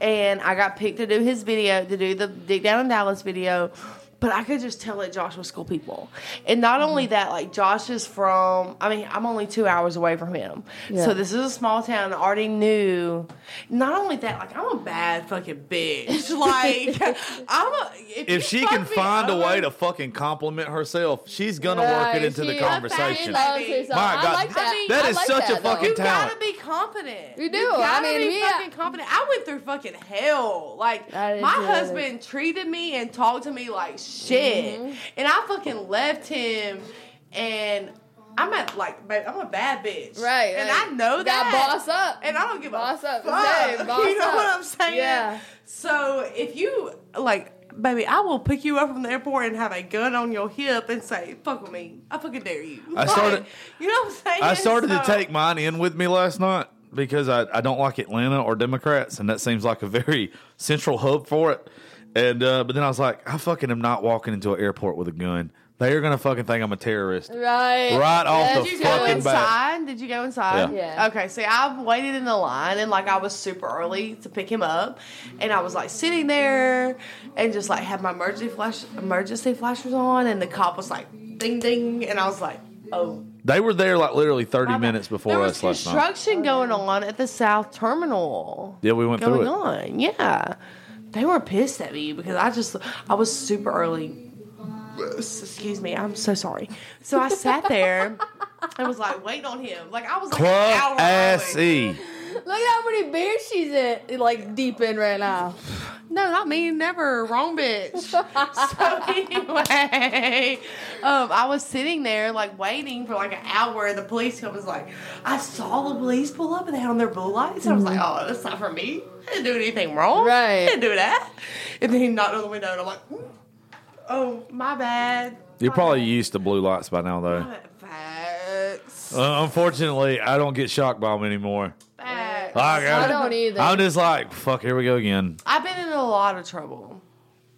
and I got picked to do his video to do the Dick Down in Dallas video. But I could just tell that Josh was cool people, and not only that, like Josh is from. I mean, I'm only two hours away from him, so
Yeah.
this is a small town. I already knew. Not only that, like I'm a bad fucking bitch. Like I'm a. If, you
if she
fuck
can
me
find a
over-
way to fucking compliment herself, she's gonna work
Right,
it into the
she- I found
conversation.
it, loves herself.
My
I
God,
like that.
mean,
that
I
is
like
such
that,
a
though.
fucking
You gotta
talent.
be confident.
You do.
gotta
I mean,
be
me-
fucking confident. I went through fucking hell. Like
I did
my
too.
husband treated me and talked to me like shit,
Mm-hmm.
and I fucking left him. And I'm at like, babe, I'm a bad bitch,
Right,
And
right.
I know
Got
that.
boss up.
and I don't give
Boss
a
up.
fuck.
Same, boss
you know what
up.
I'm saying?
Yeah.
So if you like. Baby, I will pick you up from the airport and have a gun on your hip and say, "Fuck with me." I fucking dare you.
I started-
you know what I'm saying?
I started to
So-
take mine in with me last night because I, I don't like Atlanta or Democrats, and that seems like a very central hub for it. And uh, but then I was like, I fucking am not walking into an airport with a gun. they are gonna fucking think I'm a terrorist.
Right.
Right off
Yes,
the
you
Did you
do.
go
fucking bat.
inside? Did you go inside?
Yeah. Yeah.
Okay, see, I waited in the line and like I was super early to pick him up, and I was like sitting there and just like had my emergency flash emergency flashers on, and the cop was like ding ding, and I was like, oh.
They were there like literally 30 minutes before
There was
us last night.
construction going on at the South Terminal.
Yeah, we went
going
through it.
on. Yeah, they were pissed at me because I just I was super early. Excuse me, I'm so sorry. So I sat there and was like waiting on him. Like I was like an hour
Club ass
early.
E.
Look at how many beers she's in, like deep in right now.
No, not me. Never. Wrong bitch. so anyway, um, I was sitting there like waiting for like an hour. and The police come was like, I saw the police pull up and they had on their blue lights. And I was like, oh, that's not for me. I didn't do anything wrong.
Right.
I didn't do that. And then he knocked on the window and I'm like, "Mm, oh, my bad.
You're probably used to blue lights by now, though.
Facts.
Uh, unfortunately, I don't get shock bomb anymore.
Facts.
I, got
I
it.
don't either.
I'm just like, fuck, here we go again.
I've been in a lot of trouble.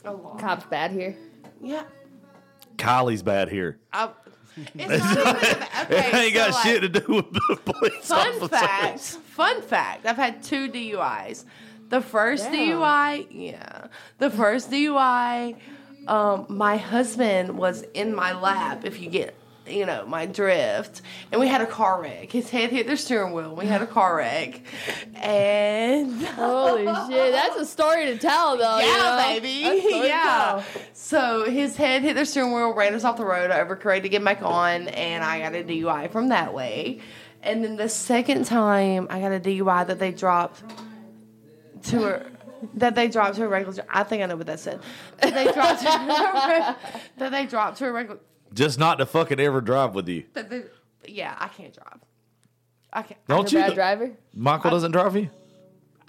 A lot.
Cops bad here.
Yeah.
Kylie's bad here.
I, it's not even about, okay,
it ain't got
so, like,
shit to do with the police
Fun
officers.
fact. Fun fact. I've had two DUIs. The first DUI, yeah. The first DUI, um, my husband was in my lap, if you get you know, my drift. And we had a car wreck. His head hit the steering wheel. We had a car wreck. And
Holy shit, that's a story to tell though. you know?
Oh, yeah,
That's a
baby.
story to
Yeah.
tell.
So his head hit the steering wheel, ran us off the road. I overcorrected to get back on, and I got a DUI from that way. And then the second time, I got a DUI that they dropped to a that they dropped to a regular. I think I know what that said. That they dropped to a, reg- that they dropped to a regular.
Just not to fucking ever drive with you.
That they, yeah, I can't drive. I can't.
Don't
You're a
you?
bad driver.
Michael doesn't drive you?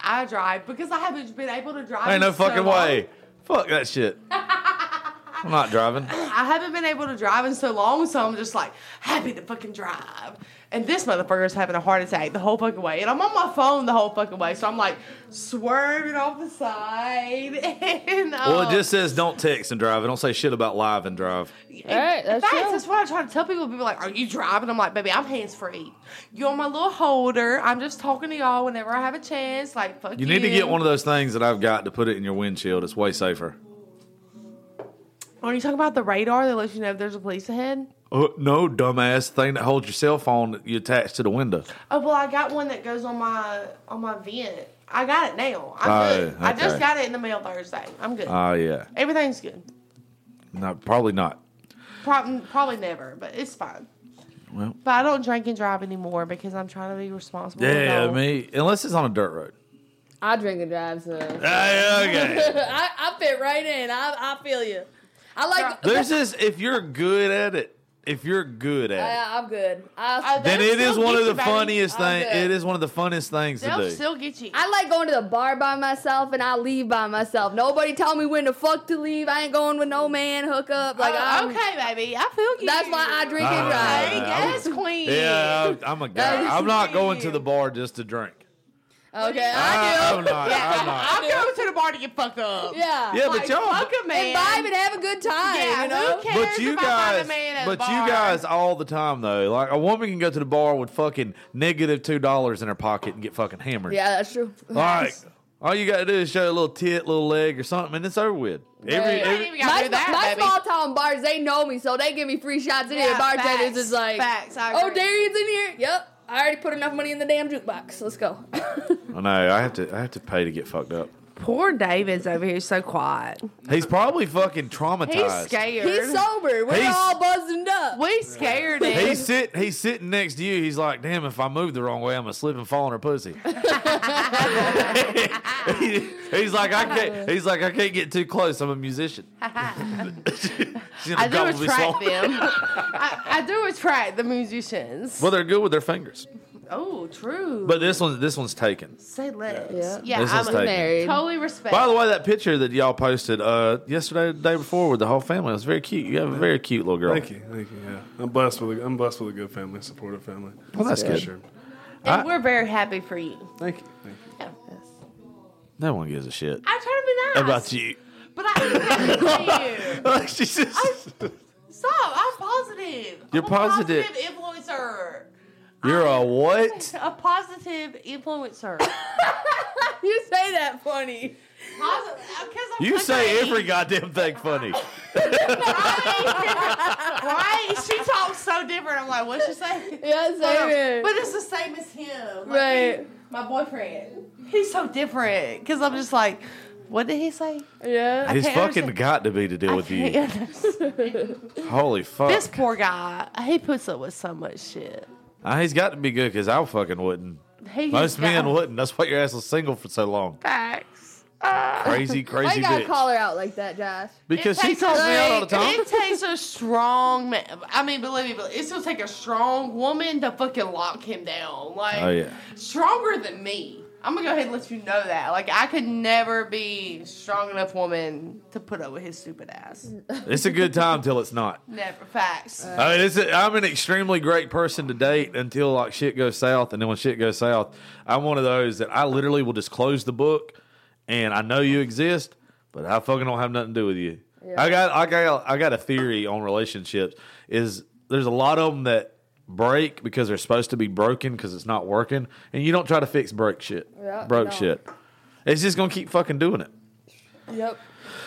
I drive because I haven't been able to drive.
Ain't no
in so
fucking
long.
way. Fuck that shit. I'm not driving.
I haven't been able to drive in so long, so I'm just like happy to fucking drive. And this motherfucker's having a heart attack the whole fucking way, and I'm on my phone the whole fucking way, so I'm like swerving off the side. And, um,
Well, it just says don't text and drive. It don't say shit about live and drive.
and-
Alright, that's
facts,
true.
that's what I try to tell people. People are like, "Are you driving?" I'm like, "Baby, I'm hands free. You're on my little holder. I'm just talking to y'all whenever I have a chance. Like, fuck
You need to get one of those things that I've got to put it in your windshield. It's way safer.
Are you talking about the radar that lets you know if there's a police ahead?
Oh, no, dumbass thing that holds your cell phone that you attach to the window.
Oh well, I got one that goes on my on my vent. I got it now. I'm
Oh,
good. I
okay.
just got it in the mail Thursday. I'm good.
Oh, yeah.
Everything's good.
No, probably not.
Probably, probably never, but it's fine.
Well.
but I don't drink and drive anymore because I'm trying to be responsible.
Yeah,
adult.
me. Unless it's on a dirt road.
I drink and drive, so
Hey, Ah, okay.
I, I fit right in. I, I feel you. I like.
There's this, if you're good at it, if you're good at it,
I, I'm good. I,
Uh,
I,
then
they'll
it is
still
one
get
of the
you, baby.
funniest
I'm
things.
good.
It is one of the funnest things to
They'll
do.
still get you.
like going to the bar by myself and I leave by myself. Nobody tell me when the fuck to leave. I ain't going with no man hookup. Like,
Oh,
I'm,
okay, baby, I feel you.
That's why I drink and
Ah.
drive.
Hey, yes, queen.
Yeah, I'm- I'm a guy. I'm not going to the bar just to drink.
Okay,
Ah, I-
I
I'm not. I'm not.
I'm going to the bar to get fucked up.
do. Yeah.
Yeah,
Like,
but y'all.
fuck a man.
And vibe and have a good time.
yeah,
you know?
who cares
But you
about
guys,
finding a man at
but
the bar?
you guys all the time though. Like a woman can go to the bar with fucking negative two dollars in her pocket and get fucking hammered.
Yeah, that's true.
Like all you gotta do is show a little tit, little leg, or something, and it's over with. Every,
Right.
every-
You gotta
My,
do that,
my
baby.
small town bars, they know me, so they give me free shots in here.
Yeah,
Bartenders
facts,
is like,
facts, I
oh,
agree.
Darian's in here. Yep, I already put enough money in the damn jukebox. Let's go.
I know. I have to. I have to pay to get fucked up.
Poor David's over here so quiet.
He's probably fucking traumatized.
He's scared.
He's sober. We're
He's-
all buzzing up.
We scared him.
He's sit. He's sitting next to you. He's like, "Damn, if I move the wrong way, I'm gonna slip and fall on her pussy." he's like, "I can't." He's like, "I can't get too close. I'm a musician." She's gonna
I do
gobble this
attract
all.
them. I, I do attract the musicians.
Well, they're good with their fingers,
Oh, true.
but this one's this one's taken.
say less.
Yeah.
Yeah,
This
I'm
is taken.
Married.
totally respect.
By the way, that picture that y'all posted uh, yesterday, the day before, with the whole family, it was very cute. You have a very cute little girl.
Thank you, thank you. Yeah, I'm blessed with a, I'm blessed with a good family, supportive family.
Well, that's
For
good.
Sure.
and
I-
we're very happy for you.
Thank you, thank you.
No one gives a shit
I try to be nice
about you.
but I am happy for you.
She's just-
Stop! I'm positive.
You're
I'm a
positive.
positive influencer.
You're a what?
A positive influencer.
You say that funny.
uh,
You say every goddamn thing funny.
Right? She talks so different. I'm like, what's she saying?
Yeah, say
But it's the same as him. Like,
Right.
My boyfriend. He's so different. Because I'm just like, what did he say?
Yeah.
He's
can't
fucking
understand-
got to be to deal with you. Holy fuck.
this poor guy, he puts up with so much shit.
Uh, he's got to be good because I fucking wouldn't.
He
Most
just
men
got
wouldn't. That's why your ass was single for so long.
facts.
Crazy,
Why
crazy
you gotta
bitch.
call her out like that, Josh?
because she
takes
calls
a-
me out all the time.
It takes a strong man. I mean, believe me, but it's gonna take a strong woman to fucking lock him down. Like,
Oh, yeah.
stronger than me. I'm gonna go ahead and let you know that. Like, I could never be strong enough woman to put up with his stupid ass.
It's a good time till it's not.
Never. Facts.
I mean, it's a, I'm an extremely great person to date until like shit goes south, and then when shit goes south, I'm one of those that I literally will just close the book, and I know you exist, but I fucking don't have nothing to do with you. I got, I got, I got a theory on relationships. Is there's a lot of them that break because they're supposed to be broken because it's not working, and you don't try to fix broke shit,
Yeah,
broke
no.
shit. It's just gonna keep fucking doing it.
Yep.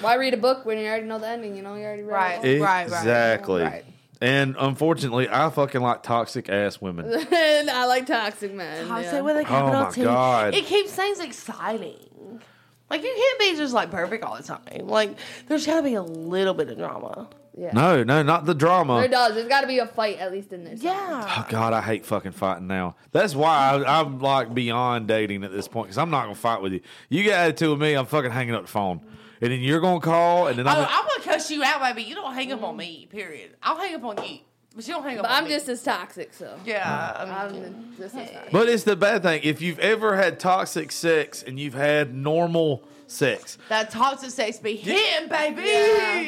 Why read a book when you already know the ending? You know, you already read
Right.
it.
right.
Exactly.
Right.
And unfortunately, I fucking like toxic ass women.
all. and I like toxic men.
I
yeah.
say with a capital
Oh, my
T.
God.
It keeps things exciting. Like you can't be just like perfect all the time. Like there's gotta be a little bit of drama.
No, no, not the
There
drama.
does. There's got to be a fight at least in there.
Yeah.
Oh, God, I hate fucking fighting now. That's why I, I'm like beyond dating at this point because I'm not gonna fight with you. You get attitude with me, I'm fucking hanging up the phone, and then you're gonna call, and then I'm.
Oh,
gonna-
I'm gonna cuss you out, baby. You don't hang up on me. Period. I'll hang up on you, but you don't hang up.
Mm-hmm. But
on
I'm
me.
just as toxic, so.
yeah. I mean,
I'm just as toxic.
but it's the bad thing. If you've ever had toxic sex and you've had normal sex,
that toxic sex be him, baby.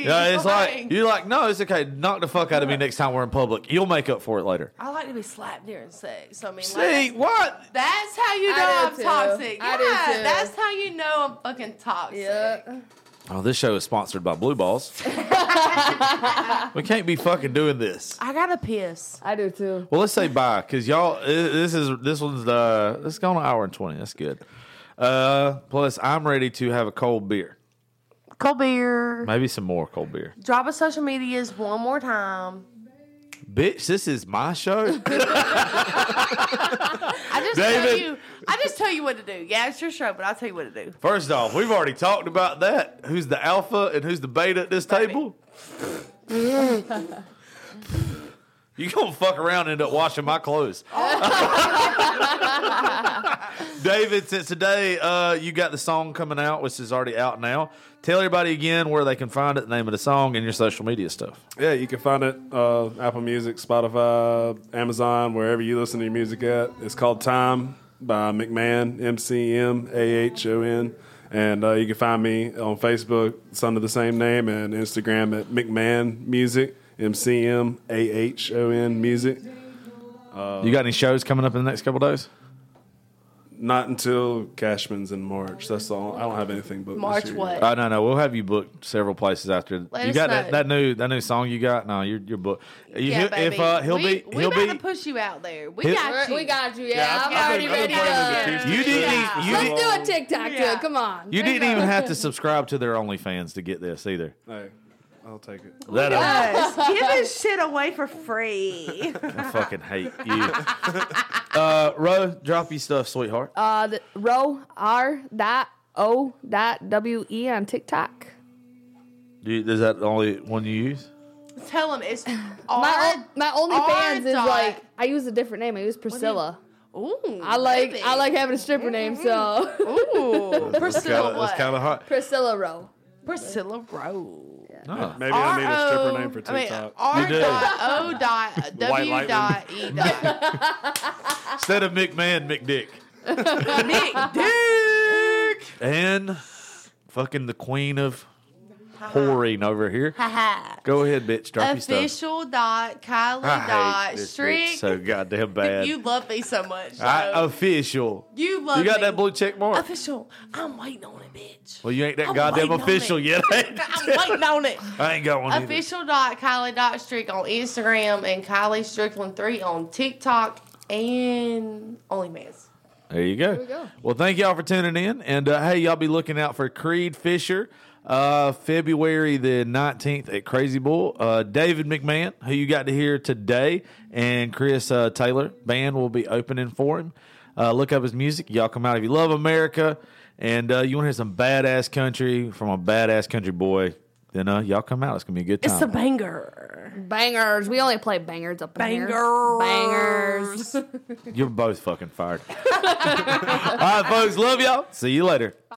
yeah, uh, it's like you're like, no, it's okay. Knock the fuck out of me next time we're in public. You'll make up for it later.
I like to be slapped during sex. So, I mean,
See
like,
what?
that's how you know
I do
I'm
too.
toxic.
I do
yeah,
too.
that's how you know I'm fucking toxic.
Yeah.
Oh, this show is sponsored by Blue Balls. we can't be fucking doing this.
I gotta piss.
I do too.
Well, let's say bye because y'all. i- This is this one's the it's gone an hour and twenty. That's good. Uh, plus, I'm ready to have a cold beer,
Cold beer.
maybe some more cold beer.
Drop us social medias one more time.
Bitch, this is my show.
I just tell
David.
you. I just tell you what to do. Yeah, it's your show, but I'll tell you what to do.
First off, we've already talked about that. Who's the alpha and who's the beta at this table? you gonna fuck around and end up washing my clothes. David, since today uh, you got the song coming out, which is already out now, tell everybody again where they can find it, the name of the song, and your social media stuff.
Yeah, you can find it uh, Apple Music, Spotify, Amazon, wherever you listen to your music at. It's called Time by McMahon, M C M A H O N. And uh, you can find me on Facebook, it's under the same name, and Instagram at McMahon Music, M C M A H O N Music.
you got any shows coming up in the next couple days?
Not until Cashman's in March. That's all. I don't have anything booked. this
March
year.
what?
Oh no, no, we'll have you booked several places after.
Let
you
us
got that,
know.
that new that new song you got? No, you're you're booked. You-
Yeah,
he'll-
baby.
If uh, he'll
we,
be
we
he'll
about
be
to push you out there. We
He'll-
got
We're-
you.
We got you. Yeah,
Yeah,
I'm
I've
already
been-
ready
I've
to.
been You didn't
Yeah.
even, you
Let's
didn't,
do a TikTok to
Yeah.
it. Come on.
you didn't even have to subscribe to their OnlyFans to get this either.
Hey, I'll take it.
That I,
Give his shit away for free.
I fucking hate you. uh, Ro, drop your stuff, sweetheart.
Uh, the, row r dot o dot w e on TikTok.
Do you, is that the only one you use?
Tell him it's
My o- my OnlyFans
R
is
dot-
like I use a different name. I use Priscilla.
Ooh,
I like
baby.
I like having a stripper name. So
Mm-hmm. Ooh, Priscilla
That's
what?
kind of hot.
Priscilla Row.
Priscilla Rowe.
Maybe I need a stripper name for
Um, I mean,
TikTok.
R
do.
dot O dot W
lightning.
dot E dot.
Instead of McMahon, McDick,
Nick, dude.
and fucking the queen of whoring over here. Go ahead, bitch. Drop your stuff.
Official dot Kylie
I hate
dot
this bitch
strict.
so goddamn bad.
You love me so much.
I,
so-
official.
You love
You got
me.
that blue check mark.
official. I'm waiting on it, bitch.
Well, you ain't that
I'm
goddamn
waiting on
official
it.
yet.
I'm waiting on it.
I ain't got one. either.
Official dot Kylie dot Strick on Instagram and Kylie Strickland three on TikTok and OnlyFans.
There you go.
go.
Well, thank y'all for tuning in. And uh, hey, y'all be looking out for Creed Fisher uh, February the 19th at Crazy Bull. Uh, David McMahon, who you got to hear today, and Chris uh, Taylor band will be opening for him. Uh, look up his music. Y'all come out if you love America and uh, you want to hear some badass country from a badass country boy. Then uh, y'all come out. It's gonna be a good time.
It's a banger.
Bangers. We only play bangers up in here.
Bangers.
Bangers.
You're both fucking fired. All right, folks. Love y'all. See you later.